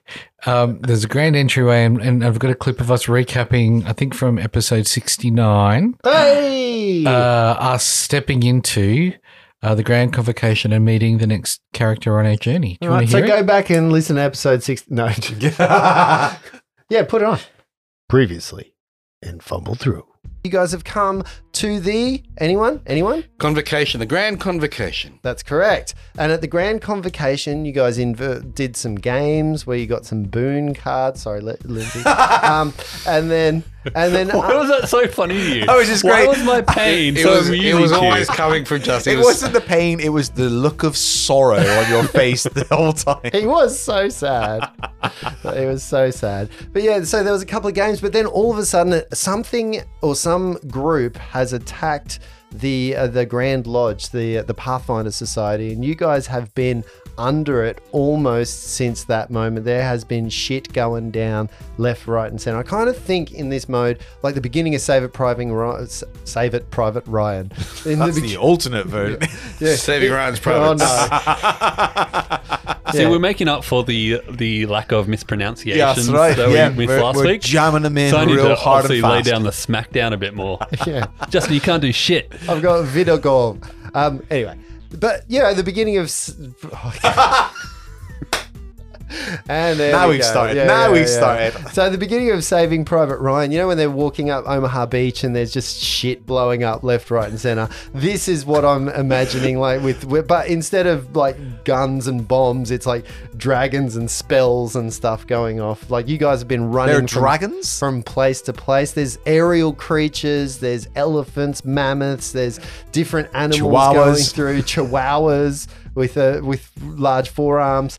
Um, there's a grand entryway, and, and I've got a clip of us recapping. I think from episode sixty nine, Hey! uh, us stepping into uh, the grand convocation and meeting the next character on our journey. Do you All right, want to so hear it? go back and listen to episode six. No, yeah, put it on. Previously, and fumble through. You guys have come to the anyone, anyone. Convocation, the grand convocation. That's correct. And at the grand convocation, you guys inver- did some games where you got some boon cards. Sorry, Li- Lindsay. um, and then, and then. uh, Why was that so funny to you? That was Oh, just Why great. was my pain It so was, it was always coming from Justin. It wasn't the pain; it was the look of sorrow on your face the whole time. He was so sad. it was so sad. But yeah, so there was a couple of games, but then all of a sudden, something or some group has attacked the uh, the Grand Lodge, the uh, the Pathfinder Society, and you guys have been under it almost since that moment. There has been shit going down left, right, and center. I kind of think in this mode, like the beginning of Save It Private Ryan. Save It Private Ryan. In That's begi- the alternate version. yeah. Saving Ryan's Oh private. no! See, Yeah. we're making up for the the lack of mispronunciations Yeah, that's right. that yeah, we missed we're, last we're week. jamming them in so I need real to hard and obviously fast. lay down the smackdown a bit more. Yeah. Justin, you can't do shit. I've got Vidagol. Um, anyway, but you know, the beginning of. s- and there Now we we've go. started. Now we've started. So the beginning of Saving Private Ryan, you know, when they're walking up Omaha Beach and there's just shit blowing up left, right, and center. This is what I'm imagining, like with, with- but instead of like guns and bombs, it's like dragons and spells and stuff going off. Like you guys have been running. there are from- dragons. from place to place. There's aerial creatures, there's elephants, mammoths, there's different animals Chihuahuas. going through, chihuahuas with a, with large forearms.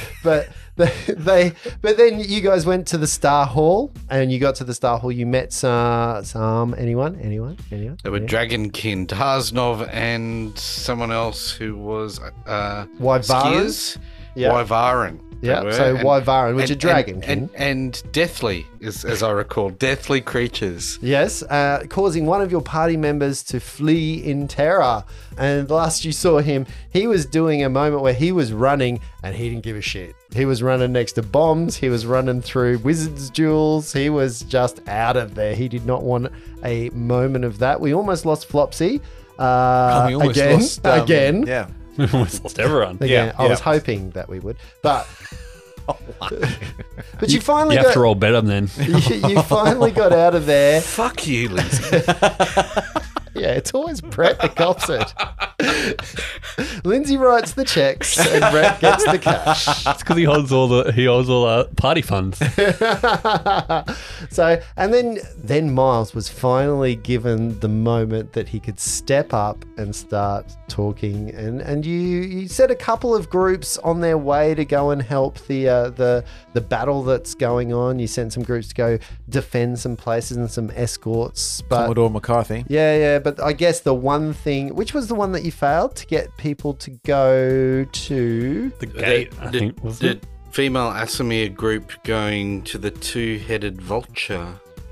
but they, they but then you guys went to the Star Hall and you got to the Star Hall, you met some, some anyone, anyone, anyone? There were Dragonkin, Tarznov, and someone else who was uh, Wyvaran? Skiers? Yeah. Wyvaran. they Yeah, were, so and- Wyvaran, which are dragon and, and, deathly, is, as I recall, deathly creatures. Yes, uh, causing one of your party members to flee in terror. And last you saw him, he was doing a moment where he was running and he didn't give a shit. He was running next to bombs, he was running through wizards' duels, he was just out of there. He did not want a moment of that. We almost lost Flopsy. Uh, Oh, we almost again, lost, um, again, Yeah. we almost lost everyone. again. yeah, I was yeah. hoping that we would, but. but you finally You have got to roll better then. you, you finally got out of there. Fuck you, Lindsay. Yeah, it's always Brett that cops it. Lindsay writes the checks and Brett gets the cash. That's because he holds all the he holds all the party funds. so, and then then Miles was finally given the moment that he could step up and start talking. And and you you said a couple of groups on their way to go and help the uh, the the battle that's going on. You sent some groups to go defend some places and some escorts, but. Commodore McCarthy. Yeah, yeah, but I guess the one thing, which was the one that you failed to get people to go to? The gate, I the, think. Was the it? female Asimir group going to the two-headed vulture.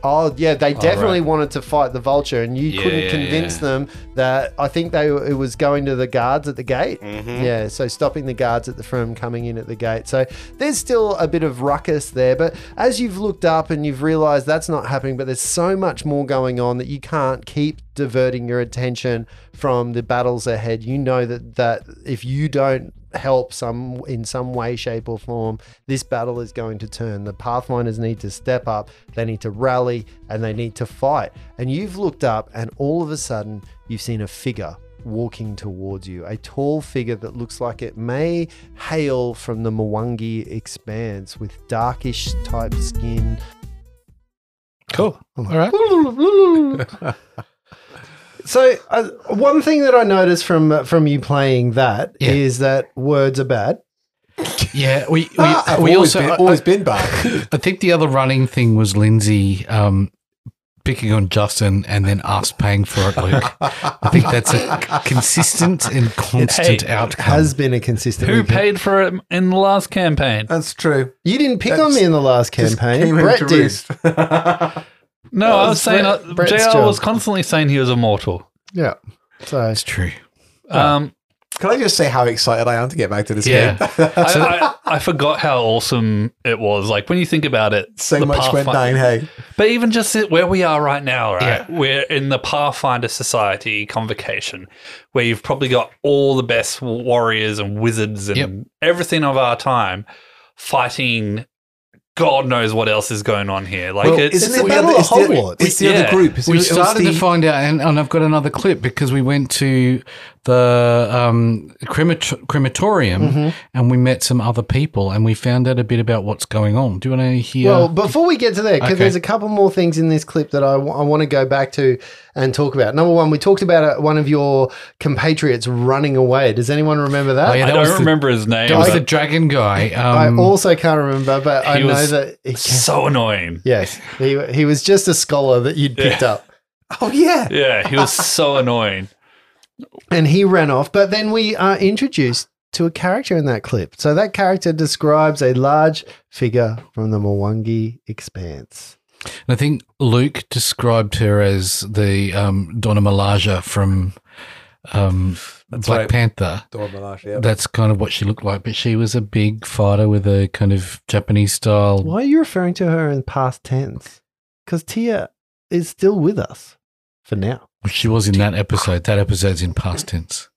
Oh yeah, they definitely wanted to fight the vulture, and you Yeah, couldn't yeah, convince yeah. them that. I think they it was going to the guards at the gate. Mm-hmm. Yeah, so stopping the guards at the firm coming in at the gate. So there's still a bit of ruckus there, but as you've looked up and you've realised that's not happening, but there's so much more going on that you can't keep diverting your attention from the battles ahead. You know that that if you don't help some in some way shape or form this battle is going to turn the pathfinders need to step up they need to rally and they need to fight and you've looked up and all of a sudden you've seen a figure walking towards you a tall figure that looks like it may hail from the Mwangi expanse with darkish type skin Cool. All right. so uh, one thing that i noticed from uh, from you playing that is Yeah. that words are bad Yeah. We we, I've we Ah, always also been, I- always been bad. I think the other running thing was Lindsay um, picking on Justin and then us paying for it, Luke. I think that's a consistent and constant Hey, outcome. has been a consistent Who weekend. paid for it in the last campaign? That's true. You didn't pick on That's- me in the last Just campaign. came in Brett to did. roost. No, I was was saying Brett- uh, Brett's JR job. was constantly saying he was immortal. Yeah. So that's true. Um, Can I just say how excited I am to get back to this Yeah. game? I, I, I forgot how awesome it was. Like when you think about it, so the much went Pathfi- down. Hey, But even just it- where we are right now, right? Yeah. We're in the Pathfinder Society convocation, where you've probably got all the best warriors and wizards and Yep. everything of our time fighting. God knows what else is going on here. Like Well, it's, isn't the it Battle other, of it's the- Hogwarts. It's the Yeah. other group. It's We the- it was started to the- find out, and, and I've got another clip because we went to the um, cremat- crematorium Mm-hmm. and we met some other people and we found out a bit about what's going on. Do you want to hear? Well, before we get to there, because Okay. there's a couple more things in this clip that I want to go back to and talk about. Number one, we talked about uh, one of your compatriots running away. Does anyone remember that? Oh, yeah, I that don't was the- remember his name. that was the but dragon guy. I Um, also can't remember, but I he know was that. He, so annoying. yes, he, he was just a scholar that you'd picked up. Oh yeah. Yeah, he was so annoying. and he ran off. But then we are introduced to a character in that clip. So that character describes a large figure from the Mwangi Expanse. And I think Luke described her as the um, Donna Milaja from um, Black right. Panther. Dora Milaje, yeah. That's kind of what she looked like, but she was a big fighter with a kind of Japanese style. Why are you referring to her in past tense? Because Tia is still with us for now. She was in that episode. That episode's in past tense.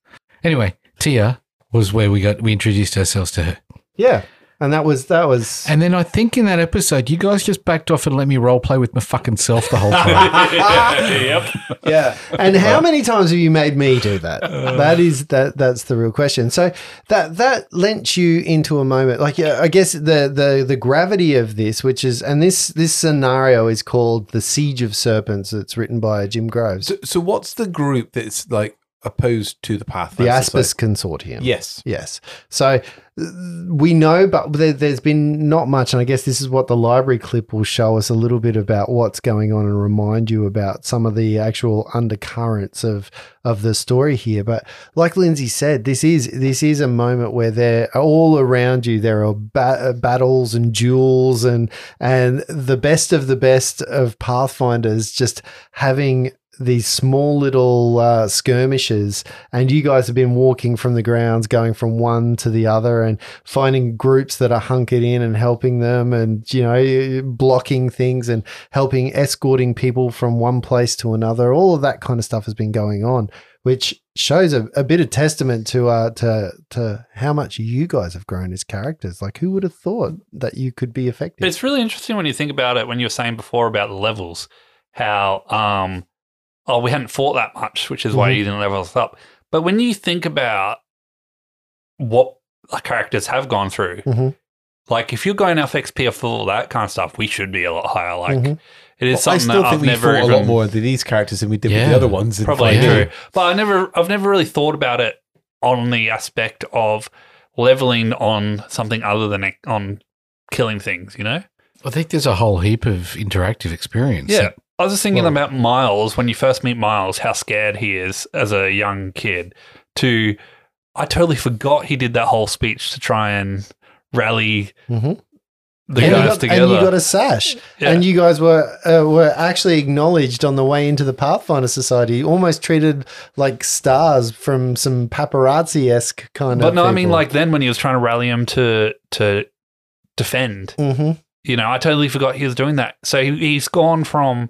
Anyway, Tia was where we got we introduced ourselves to her. Yeah. And that was that was And then I think in that episode, you guys just backed off and let me role play with my fucking self the whole time. yep. yeah. And how many times have you made me do that? that is that that's the real question. So that that lent you into a moment. Like yeah, I guess the the the gravity of this, which is and this this scenario is called the Siege of Serpents. It's written by Jim Groves, So, so what's the group that's like opposed to the path? the Aspis Consortium. Yes. Yes. So uh, we know, but there, there's been not much. And I guess this is what the library clip will show us a little bit about what's going on and remind you about some of the actual undercurrents of of the story here. But like Lindsay said, this is this is a moment where there all around you there are ba- battles and duels and and the best of the best of Pathfinders just having these small little uh, skirmishes and you guys have been walking from the grounds going from one to the other and finding groups that are hunkered in and helping them and you know blocking things and helping escorting people from one place to another all of that kind of stuff has been going on which shows a, a bit of testament to uh to to how much you guys have grown as characters like who would have thought that you could be effective It's really interesting when you think about it. When you were saying before about the levels, how um, oh, we hadn't fought that much, which is Mm-hmm. why you didn't level us up. But when you think about what our characters have gone through, Mm-hmm. Mhm. like if you're going off XP for all that kind of stuff, we should be a lot higher. Like Mhm. it is Mm-hmm. I something still that think I've we never fought a even, lot more of these characters than we did with Yeah. the other ones. in probably fighting. true, but I never I've never really thought about it on the aspect of leveling on something other than on killing things. You know. I think there's a whole heap of interactive experience. Yeah. I was just thinking Well- about Miles when you first meet Miles, how scared he is as a young kid. To, I totally forgot he did that whole speech to try and rally Mhm. the and, you guys got, together. and you got a sash, Yeah. and you guys were uh, were actually acknowledged on the way into the Pathfinder Society, almost treated like stars from some paparazzi esque kind but of. no, I mean, like then when he was trying to rally him to to defend, hmm you know, I totally forgot he was doing that. So he, he's gone from,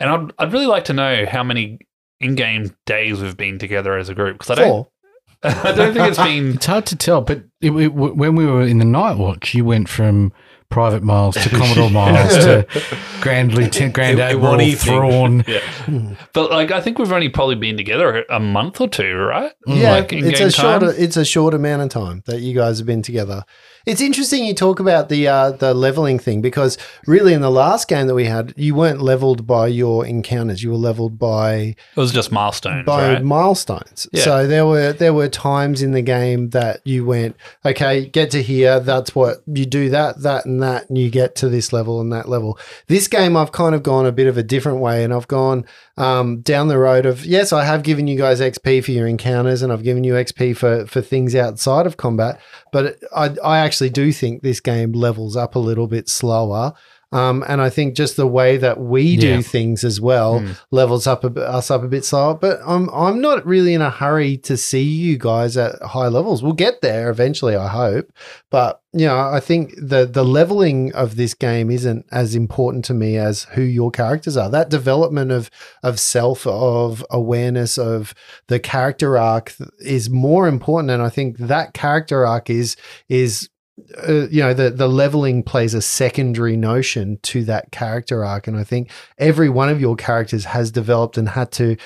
and I'd I'd really like to know how many in-game days we've been together as a group because I don't four. I don't think it's been It's hard to tell, but it, it- when we were in the Night Watch, you went from Private Miles to Commodore Miles to Grand Lieutenant, Grand In- in Admiral one evening. Thrawn. But like, I think we've only probably been together a month or two, right? Mm. Yeah, like in it's game a time? shorter it's a short amount of time that you guys have been together. It's interesting you talk about the uh, the leveling thing because really in the last game that we had, you weren't leveled by your encounters. You were leveled by It was just milestones, by right? milestones. Yeah. So there were there were times in the game that you went, okay, get to here. That's what you do. That that and that, and you get to this level and that level. This game, I've kind of gone a bit of a different way, and I've gone um, down the road of yes, I have given you guys XP for your encounters, and I've given you XP for for things outside of combat. But it- I I actually do think this game levels up a little bit slower. Um, and I think just the way that we do Yeah. things as well levels up a, bit- us up a bit slower. But I'm I'm not really in a hurry to see you guys at high levels. We'll get there eventually, I hope. But you know, I think the the leveling of this game isn't as important to me as who your characters are. That development of of self, of awareness of the character arc is more important, and I think that character arc is is uh, you know the the leveling plays a secondary notion to that character arc and i think every one of your characters has developed and had to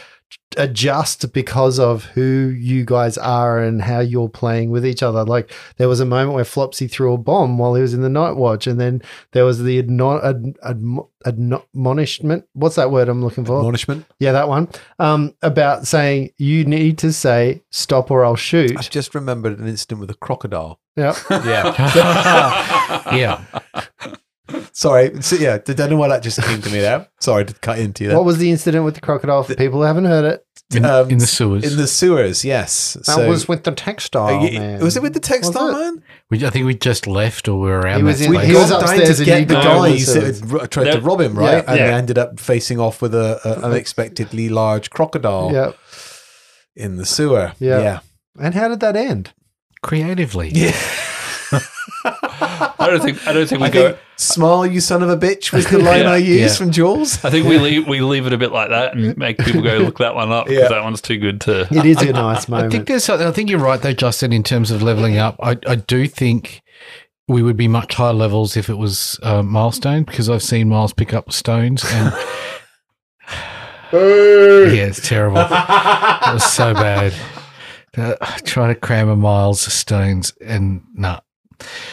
adjust because of who you guys are and how you're playing with each other like there was a moment where flopsy threw a bomb while he was in the night watch and then there was the adno- ad- admo- adno- admonishment what's that word i'm looking for Admonishment. yeah that one um about saying you need to say stop or i'll I've shoot just remembered an incident with a crocodile. yeah Yeah. yeah. Sorry. So, yeah. I don't know why that just came to me there. Sorry to cut into you there. what was the incident with the crocodile for people who haven't heard it In, Um, in the sewers. In the sewers, yes. That So- was with the textile. Uh, y- man. Was it with the textile Was it? man? we, I think we just left or we were around He was that in- place. he was Gone down upstairs to and get you the got all the guys that sewers. had ro- tried to They're- rob him, right? Yeah. and Yeah. they ended up facing off with a, a unexpectedly large crocodile Yeah. in the sewer. Yeah. yeah. And how did that end? Creatively. I don't think I don't think we I go. think "Smile, you son of a bitch" was the line I Yeah. used from Jaws. I think we leave we leave it a bit like that and make people go look that one up because Yeah. that one's too good to. It is a nice I think moment. there's something. I think you're right though, Justin. In terms of leveling up, I, I do think we would be much higher levels if it was uh, milestone because I've seen Miles pick up stones and. yeah, it's terrible. That was so bad. Uh, trying to cram a miles of stones and nah.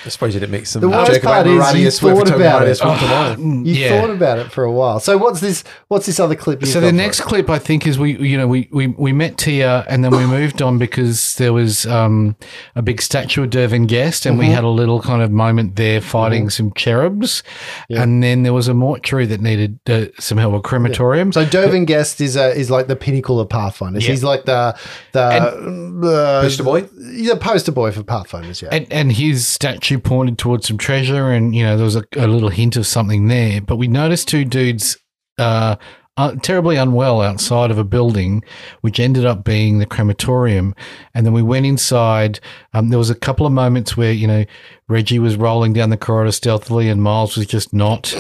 I suppose you didn't make some The worst joke about part is you Moradius thought with about it. Moradius one to one. You thought about it for a while. So what's this? What's this other clip? You've So got the for next us? clip, I think, is we you know we we, we met Tia and then we moved on because there was um, a big statue of Dervin Guest and we had a little kind of moment there fighting some cherubs, and then there was a mortuary that needed uh, some help, a crematorium. So Dovin Guest is uh, is like the pinnacle of Pathfinders. Yeah. He's like the the uh, Poster boy? He's a poster boy for Pathfinders. Yeah. And, and his statue pointed towards some treasure, and you know there was a, a little hint of something there. But we noticed two dudes uh, uh, terribly unwell outside of a building, which ended up being the crematorium. And then we went inside. Um, there was a couple of moments where you know Reggie was rolling down the corridor stealthily, and Miles was just not.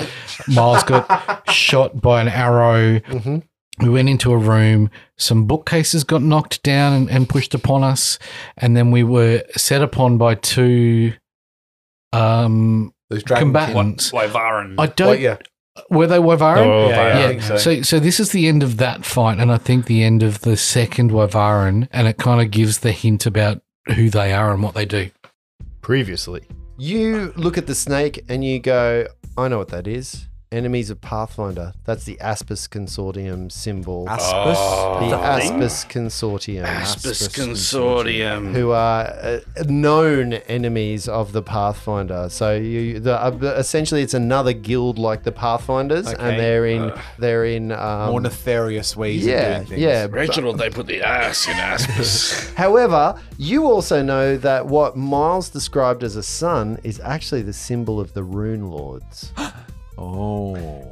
Miles got shot by an arrow. Mhm. We went into a room. Some bookcases got knocked down and, and pushed upon us, and then we were set upon by two um, Those dragon. combatants. Wyvaran. I don't. Well, yeah. Were they Waivaran? Oh, yeah, Byron. I yeah. think so. so. so this is the end of that fight, and I think the end of the second Wyvaran, and it kind of gives the hint about who they are and what they do. previously. You look at the snake and you go, I know what that is. Enemies of Pathfinder. That's the Aspis Consortium symbol. Aspis. the Aspis Consortium. Aspis Consortium. Who are uh, known enemies of the Pathfinder. So you, the, uh, essentially, it's another guild like the Pathfinders, Okay. and they're in they're in um, More nefarious ways yeah, of doing things. yeah, Original, they put the ass in Aspis. However, you also know that what Miles described as a sun is actually the symbol of the Rune Lords. Oh.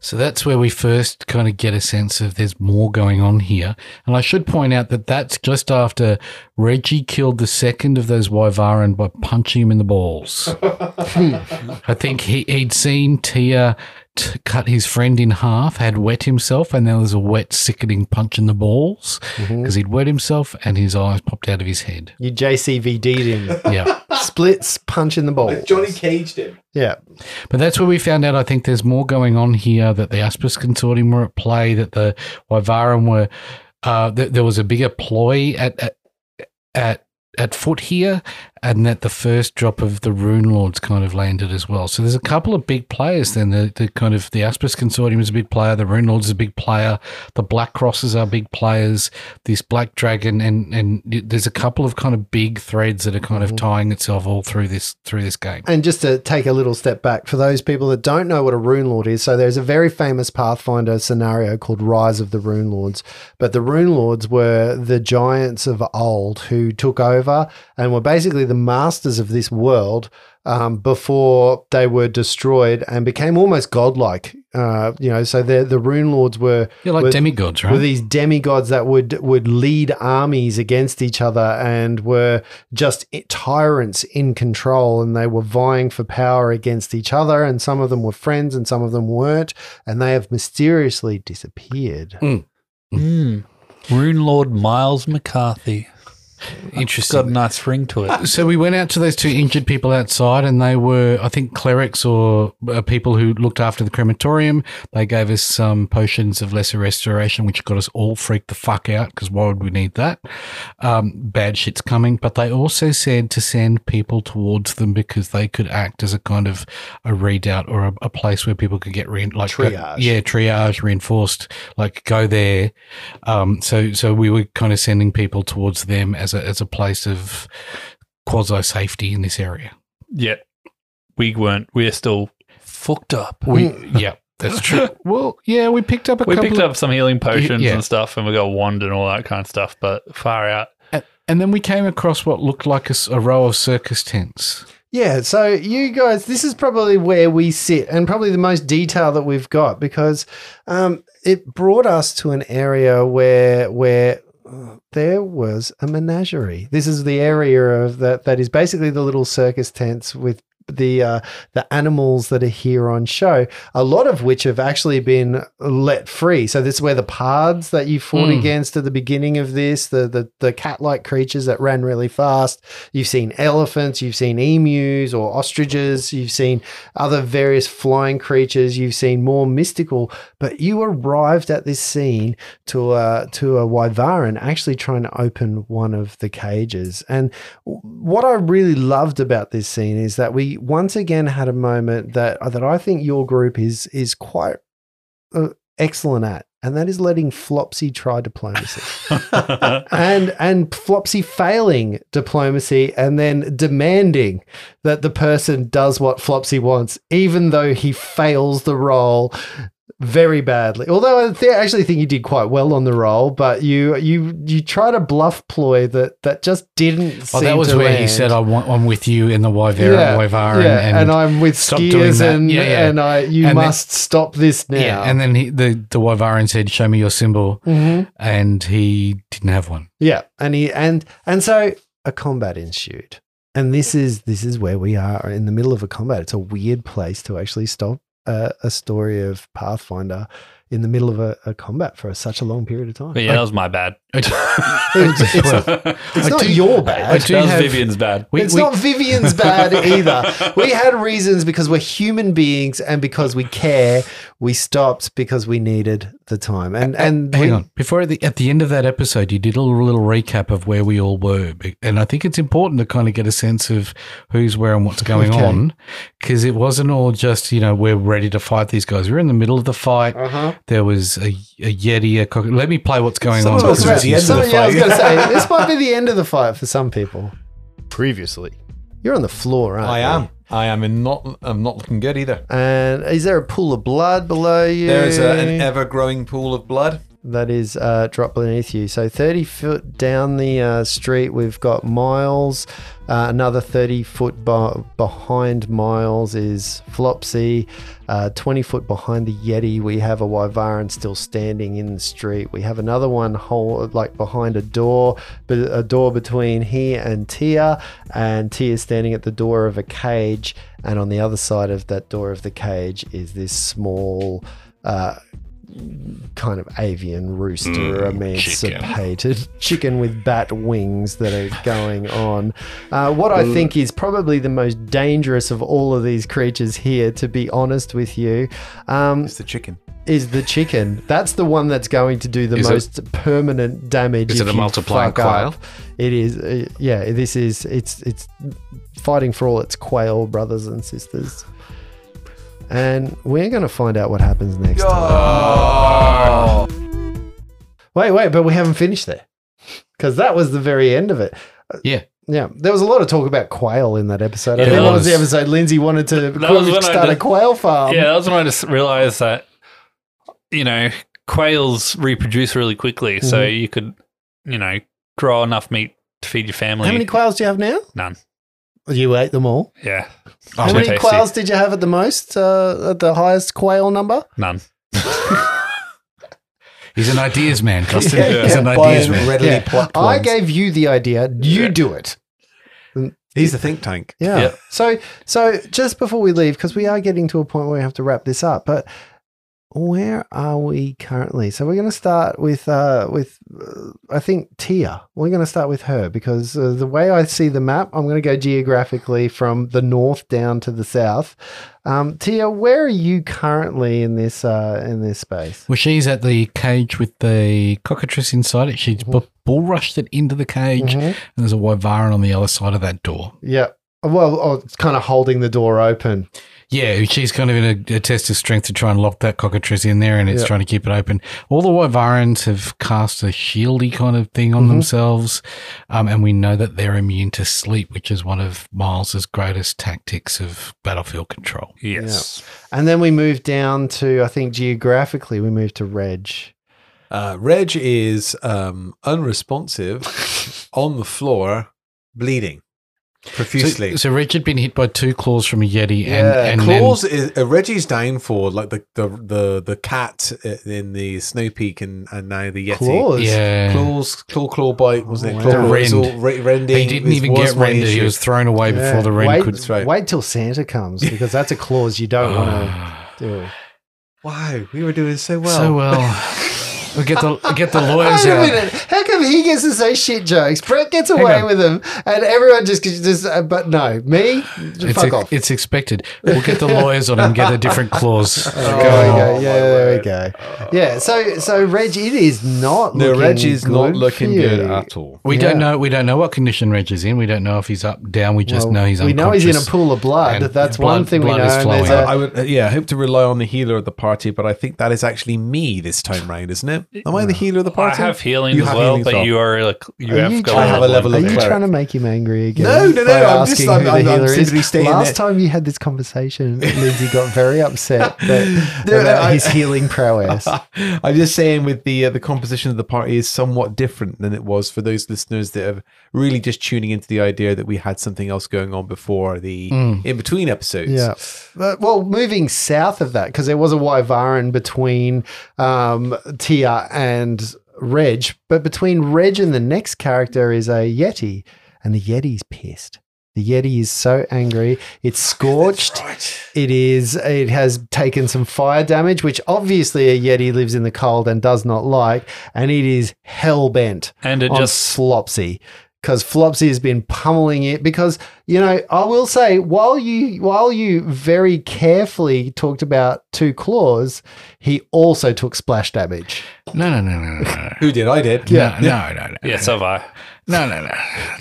So that's where we first kind of get a sense of there's more going on here. And I should point out that that's just after Reggie killed the second of those Wyvaran by punching him in the balls. I think he, he'd seen Tia t- cut his friend in half, had wet himself, and there was a wet, sickening punch in the balls because he'd wet himself and his eyes popped out of his head. You JCVD'd him. Yeah. Splits, punch in the ball. caged him. Yeah. But that's where we found out. I think there's more going on here that the Aspis Consortium were at play, that the Wyvaran were. Uh, th- there was a bigger ploy at at at, at foot here, and that the first drop of the Rune Lords kind of landed as well. So there's a couple of big players. Then the, the kind of the Aspis Consortium is a big player. The Rune Lords is a big player. The Black Crosses are big players. This Black Dragon and and there's a couple of kind of big threads that are kind of tying itself all through this through this game. And just to take a little step back, for those people that don't know what a Rune Lord is, so there's a very famous Pathfinder scenario called Rise of the Rune Lords. But the Rune Lords were the giants of old who took over and were basically the masters of this world um, before they were destroyed and became almost godlike. Uh, you know, so the the Rune Lords were Yeah, like were- demigods, right? were these demigods that would would lead armies against each other and were just i- tyrants in control and they were vying for power against each other and some of them were friends and some of them weren't and they have mysteriously disappeared Mm. Rune Lord Miles McCarthy. Interesting. Got a nice ring to it. so we went out to those two injured people outside, and they were, I think, clerics or uh, people who looked after the crematorium. They gave us some potions of lesser restoration, which got us all freaked the fuck out because why would we need that? Um, bad shit's coming. But they also said to send people towards them because they could act as a kind of a readout or a, a place where people could get re- like Triage. yeah, triage reinforced. Like go there. Um, so so we were kind of sending people towards them as a as a place of quasi safety in this area. Yet we weren't. We're still fucked up. We yeah, that's true. Hmm. well, yeah, we picked up a We couple picked of, up some healing potions yeah. and stuff, and we got wand and all that kind of stuff. But far out. and then we came across what looked like a, s- a row of circus tents. yeah so you guys this is probably where we sit and probably the most detail that we've got because um, it brought us to an area where where uh, there was a menagerie. This is the area of that that is basically the little circus tents with the uh, the animals that are here on show. A lot of which have actually been let free. So this is where the pards that you fought Mm. against at the beginning of this, the the, the cat like creatures that ran really fast. You've seen elephants, you've seen emus or ostriches, you've seen other various flying creatures. You've seen more mystical, but you arrived at this scene to a to a Wyvaran actually trying to open one of the cages. And w- what I really loved about this scene is that we once again had a moment that uh, that I think your group is is quite uh, excellent at, and that is letting Flopsy try diplomacy and and Flopsy failing diplomacy and then demanding that the person does what Flopsy wants, even though he fails the role very badly. Although I th- actually think you did quite well on the role, but you you you tried a bluff ploy that that just didn't. Oh, seem that was to where he land. said, I want, "I'm with you in the Wyvera, Yeah, Wyvara, yeah, and, and, I'm with stop doing skiers, that. and Yeah, yeah. and I you And then- must stop this now. yeah." And then he, the the Wyvaran said, "Show me your symbol," Mhm. and he didn't have one. Yeah, and he and and so a combat ensued, and this is this is where we are in the middle of a combat. It's a weird place to actually stop a, a story of Pathfinder in the middle of a, a combat for such a long period of time. But yeah, that was my bad. It's, it's- it's not your I bad. do that was have, Vivian's bad. We, it's we- not Vivian's bad either. We had reasons because we're human beings and because we care. We stopped because we needed the time. And and hang we- on. Before at the, at the end of that episode, you did a little, little recap of where we all were, Be- and I think it's important to kind of get a sense of who's where and what's going Okay. on, because it wasn't all just you know we're ready to fight these guys. We were in the middle of the fight. Uh-huh. There was a, a yeti. A cock- Let me play what's going Some on. of us because were it's at the end of useful. So, the yeah, I was fight. going to say this might be the end of the fight for some people. Previously. You're on the floor, aren't I you? am. I am in not. I'm not looking good either. And is there a pool of blood below you? There is a, an ever-growing pool of blood. that is uh, drop beneath you. So 30 foot down the uh, street, we've got Miles. Uh, another 30 foot be- behind Miles is Flopsy. Uh, 20 foot behind the Yeti, we have a Wyvaran still standing in the street. We have another one whole, like behind a door, but a door between he and Tia. And Tia is standing at the door of a cage. And on the other side of that door of the cage is this small. Uh, kind of avian rooster emancipated chicken. with bat wings that are going on. Uh, what I think is probably the most dangerous of all of these creatures here, to be honest with you, um, It's the chicken. is the chicken. That's the one that's going to do the Is it- most permanent damage. Is if it a you multiplying fuck up. quail? It is. uh, yeah, this is. It's it's fighting for all its quail brothers and sisters. And we're going to find out what happens next time. Wait, wait, but we haven't finished there because that was the very end of it. Yeah. Yeah, there was a lot of talk about quail in that episode. I Yeah, think that that was was- the episode Lindsay wanted to was when I start a did- quail farm. yeah, that was when I just realized that, you know, quails reproduce really quickly. So you could, you know, grow enough meat to feed your family. How many quails do you have now? None. You ate them all. Yeah. How Too many tasty. quails did you have at the most? Uh, at the highest quail number? None. He's an ideas man, Justin. Yeah, He's an Buy ideas and man. readily Yeah. plucked I ones. gave you the idea. You do it. He's the think tank. Yeah. Yeah. So so just before we leave, because we are getting to a point where we have to wrap this up, but where are we currently? So we're going to start with uh, with uh, I think Tia. We're going to start with her because uh, the way I see the map, I'm going to go geographically from the north down to the south. Um, Tia, where are you currently in this uh, in this space? Well, she's at the cage with the cockatrice inside it. She's Mm-hmm. bu- bull rushed it into the cage, Mhm. and there's a wyvern on the other side of that door. Yeah. Well, oh, it's kind of holding the door open. Yeah, she's kind of in a, a test of strength to try and lock that cockatrice in there, and it's Yeah. trying to keep it open. All the wyverns have cast a shieldy kind of thing Mm-hmm. on themselves, um, and we know that they're immune to sleep, which is one of Miles's greatest tactics of battlefield control. Yes. And then we move down to, I think geographically, we move to Reg. Uh, Reg is um, unresponsive, on the floor, bleeding profusely. So, so Reg had been hit by two claws from a yeti, Yeah, and, and then- Claws is uh, Reggie's downfall, like the the the, the cat i- in the Snow Peak, and, and now the Yeti. Claws. yeah. claws, claw, claw bite, wasn't Oh, it? wow. Claw, The claw, it was rend. all re- rending. He didn't It even was get my rendered. He issue. was thrown away Yeah. before the rend wait, could. That's right. Wait till Santa comes because that's a clause you don't want to do. Wow, we were doing so well. So uh, well, we get the get the lawyers Wait a out. minute. How come he gets to say shit jokes? Brett gets away on. with them, and everyone just just. Uh, but no, me, It's, fuck ex- off. it's expected. We'll get the lawyers on and get a different clause. There we go. Oh, Yeah, there we go. Yeah. So so Reg, it is not. no, looking Reg is not for looking you. good at all. We don't Yeah. know. We don't know what condition Reg is in. We don't know if he's up, down. We just Well, know he's we know he's in a unconscious. pool of blood. And that's one blood- thing we blood know. is and there's flowing. a- I would, uh, yeah, I hope to rely on the healer of the party, but I think that is actually me this time round, isn't it? Am I the healer of the I party? have healing You as have well, healing as but well. you are like, you Are have you got I have a level Are of you cleric. trying to make him angry again? No, no, no, by I'm just- asking I'm- who the I'm- I'm healer is? simply stating Last it. time you had this conversation, Lindsay got very upset that, No, about I- his healing prowess. I'm just saying, with the uh, the composition of the party is somewhat different than it was for those listeners that are really just tuning into the idea that we had something else going on before the in between episodes. Yeah. But, well, moving south of that, because there was a Wyvaran between um, Tia and Reg, but between Reg and the next character is a Yeti, and the Yeti's pissed. The Yeti is so angry. It's scorched. It is. It has taken some fire damage, which obviously a Yeti lives in the cold and does not like, and it is hell bent And it on just Flopsy because Flopsy has been pummeling it. Because you know, I will say, while you while you very carefully talked about two claws, he also took splash damage. No, no, no, no, no, no. Who did? I did. Yeah. No, no, no. yeah, so have I. No, no, no.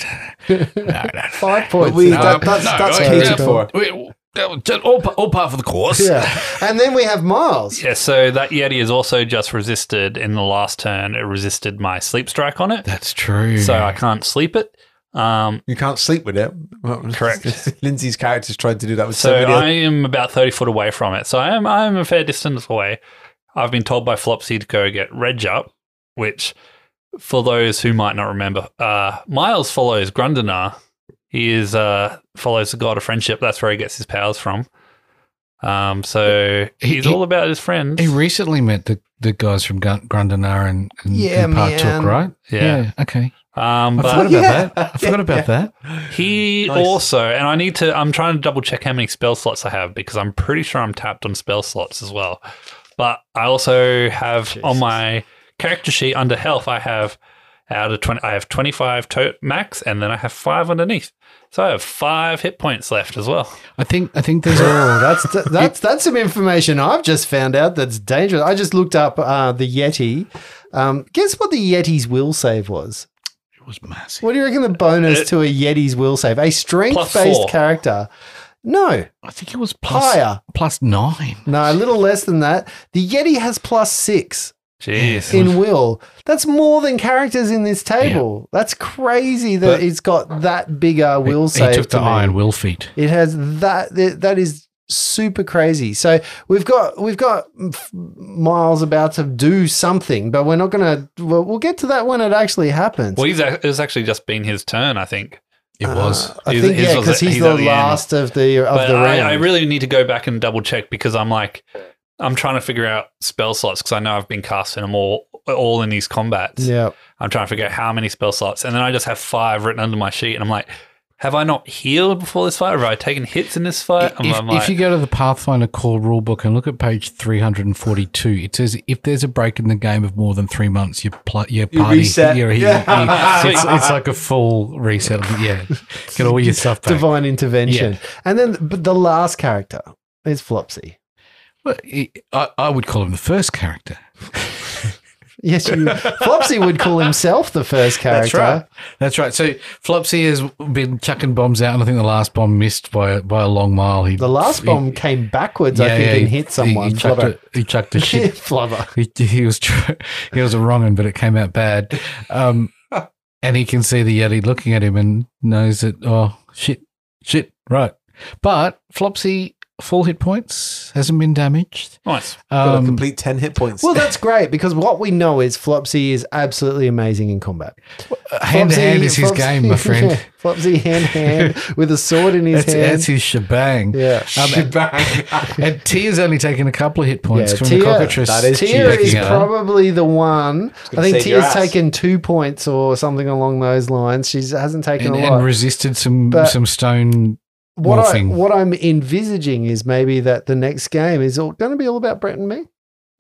no, no, no, no. Five But points. we, No, that, that's no, that's no, catered no. for. We- that was just all, pa- all part of the course. yeah, and then we have Miles. Yeah, so that Yeti has also just resisted in the last turn. It resisted my sleep strike on it, That's true. so I can't sleep it. Um, You can't sleep with it. Correct. Lindsay's character's tried to do that with so somebody else. I am about thirty foot away from it. So I am I am a fair distance away. I've been told by Flopsy to go get Reg up, which for those who might not remember, uh, Miles follows Grundinar. He is uh, follows the god of friendship. That's where he gets his powers from. Um, so He- he's he- all about his friends. he recently met the, the guys from Gun- Grundinar and, and, Yeah, and partook, man. right? yeah. okay. Um, I but forgot about Yeah. that. I forgot about that. He Nice. also, and I need to, I'm trying to double check how many spell slots I have because I'm pretty sure I'm tapped on spell slots as well. But I also have on my character sheet under health, I have out of 20, I have 25 to- max and then I have five underneath. So I have five hit points left as well. I think I think there's a Oh, that's that's that's some information I've just found out that's dangerous. I just looked up uh, the Yeti. Um, guess what the Yeti's will save was? it was massive. What do you reckon the bonus It- to a Yeti's will save? A strength Uh, Plus based four. character. No, I think it was plus higher. plus nine. No, a little less than that. The Yeti has plus six Jeez. in will. That's more than characters in this table. That's crazy that But- it's got that bigger will he, save. he took the to me. iron will feat. It has that. that- That is super crazy. So we've got we've got Miles about to do something, but we're not gonna. We'll, we'll get to that when it actually happens. Well, he's, ac- it's actually just been his turn, I think. It Uh, was. I he's- think he's yeah, at because the- he's, he's the at the end. last of the of but the I, round. I really need to go back and double check because I'm like, I'm trying to figure out spell slots because I know I've been casting them all, all in these combats. yeah. I'm trying to figure out how many spell slots, and then I just have five written under my sheet, and I'm like, have I not healed before this fight? Have I taken hits in this fight? If, I'm, I'm if like, you go to the Pathfinder core rulebook and look at page 342, it says if there's a break in the game of more than three months, your pl- your You party reset. Your, your- Yeah. your- it's, it's like a full reset. Yeah, get all your stuff back. divine intervention, Yeah. and then but the last character is Flopsy. Well, he- I, I would call him the first character. Yes, you, Flopsy would call himself the first character. That's right. So Flopsy has been chucking bombs out, and I think the last bomb missed by by a long mile. He The last he- bomb came backwards, I think, and he- hit someone. He, chucked Flubber. a, he chucked a shit Flubber. He, he was tr- he was a wrong one, but it came out bad. Um, and he can see the Yeti looking at him and knows that oh shit, shit, right. But Flopsy full hit points hasn't been damaged. nice. Got a Um, complete 10 hit points. Well, that's great because what we know is Flopsy is absolutely amazing in combat. uh, hand to Flopsy- hand is his Flopsy- game, my friend. Yeah, Flopsy hand hand with a sword in his That's, hand. that's his um, shebang. yeah. And Tia's only taken a couple of hit points Yeah, from Tia- the cockatrice. that is Tia checking is it out. probably the one. I gonna think save your Tia's ass. taken two points or something along those lines. She hasn't taken and, a lot. and resisted some But- some stone. what I, morphing. what I'm envisaging is maybe that the next game is all going to be all about Brett and me.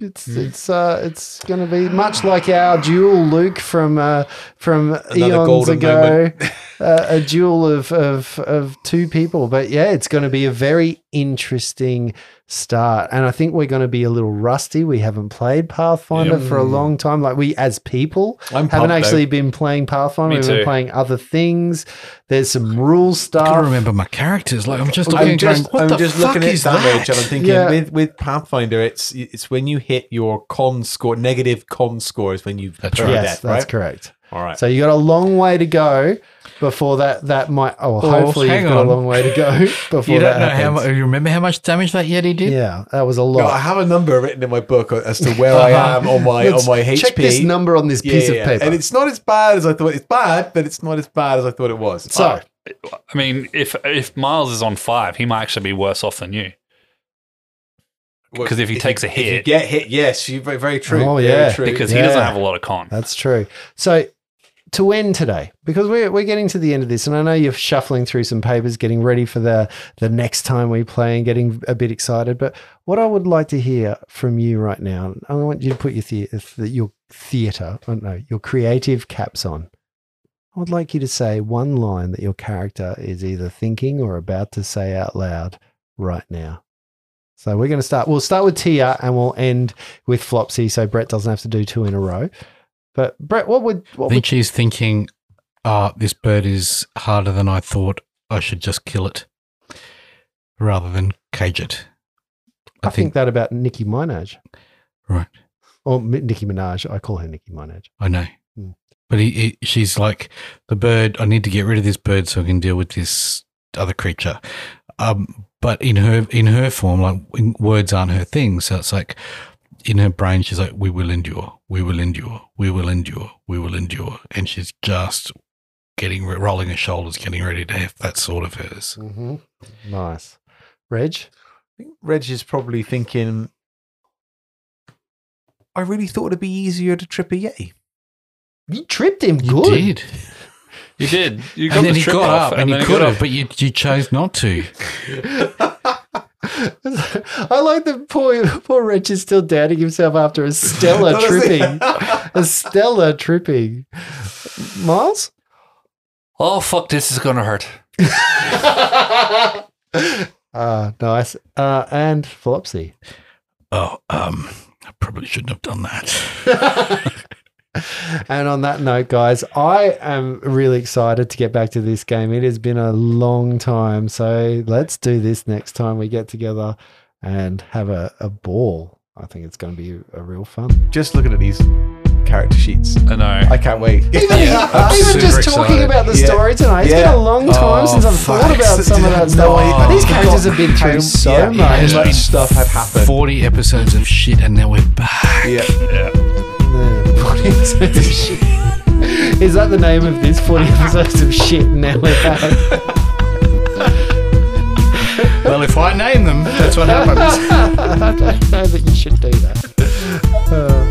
It's it's uh it's going to be much like our duel, Luke from uh, from eons golden ago, uh, a duel of of of two people. But yeah, it's going to be a very interesting start, and I think we're going to be a little rusty. We haven't played Pathfinder for a long time. Like we as people I'm haven't pumped, actually been playing Pathfinder. Me We've too. been playing other things. There's some rule stuff. I can't remember my characters. Like I'm just though. looking. I'm and going, just, what I'm the just fuck looking at is damage that? and I'm thinking Yeah. with, with Pathfinder, it's it's when you hit your con score, negative con score is when you That's turn right. Yes, death, that's right? correct. All right. So you got a long way to go before that. That might. Oh, Oh, hopefully you've hang got on. a long way to go before You that don't know how happens. much. You remember how much damage that Yeti did? yeah, that was a No, I lot. have a number written in my book uh, as to where I am on my Uh-huh. Let's on my HP. Check this number on this Yeah, piece yeah, of paper. and it's not as bad as I thought. It's bad, but it's not as bad as I thought it was. so I mean, if if Miles is on five, he might actually be worse off than you. Well, 'Cause if he takes a you hit- get hit. Yes, you very, very true. Oh, very yeah. true. Because he Yeah. doesn't have a lot of con. that's true. So to end today, because we're, we're getting to the end of this, and I know you're shuffling through some papers, getting ready for the, the next time we play and getting a bit excited. But what I would like to hear from you right now, I want you to put your, the- your theater, I don't know, your creative caps on. I would like you to say one line that your character is either thinking or about to say out loud right now. So we're going to start. We'll start with Tia and we'll end with Flopsy so Brett doesn't have to do two in a row. But Brett, what would I what think would she's thinking, ah, this bird is harder than I thought. I should just kill it rather than cage it. I think, that about Nicki Minaj? Right. Or Mi- Nicki Minaj. I call her Nicki Minaj. I know. Hmm. But he, he, she's like, the bird, I need to get rid of this bird so I can deal with this other creature. Um, but in her in her form, like in, words aren't her thing. So it's like in her brain, she's like, "We will endure, we will endure, we will endure, we will endure," and she's just getting re- rolling her shoulders, getting ready to have that sort of hers. Mm-hmm. Nice. Reg? think Reg is probably thinking, I really thought it'd be easier to trip a Yeti. You tripped him You good. did, You did. You got and then the he trip got off, up, and, he then could got have, but you you chose not to. I like the poor poor Reg is still doubting himself after a stellar tripping. a stellar tripping. Miles? Oh fuck! This is gonna hurt. uh, Ah, nice. Uh, and Flopsy. Oh, um, I probably shouldn't have done that. And on that note, guys, I am really excited to get back to this game. It has been a long time. So let's do this next time we get together and have a, a ball. I think it's going to be a real fun. Just looking at these character sheets, I know. I can't wait. Even, I'm even super just talking excited. about the Yeah. story tonight, It's Yeah. been a long time Oh, since I've fuck. thought about some of that stuff. I These forgot characters have been how- through so yeah, much. How much stuff had happened. 40 episodes of shit and now we're back. yeah. Yeah, 40 episodes of shit. Is that the name of this? 40 episodes of shit now we're back. Well, if I name them, that's what happens. I don't know that you should do that. Uh,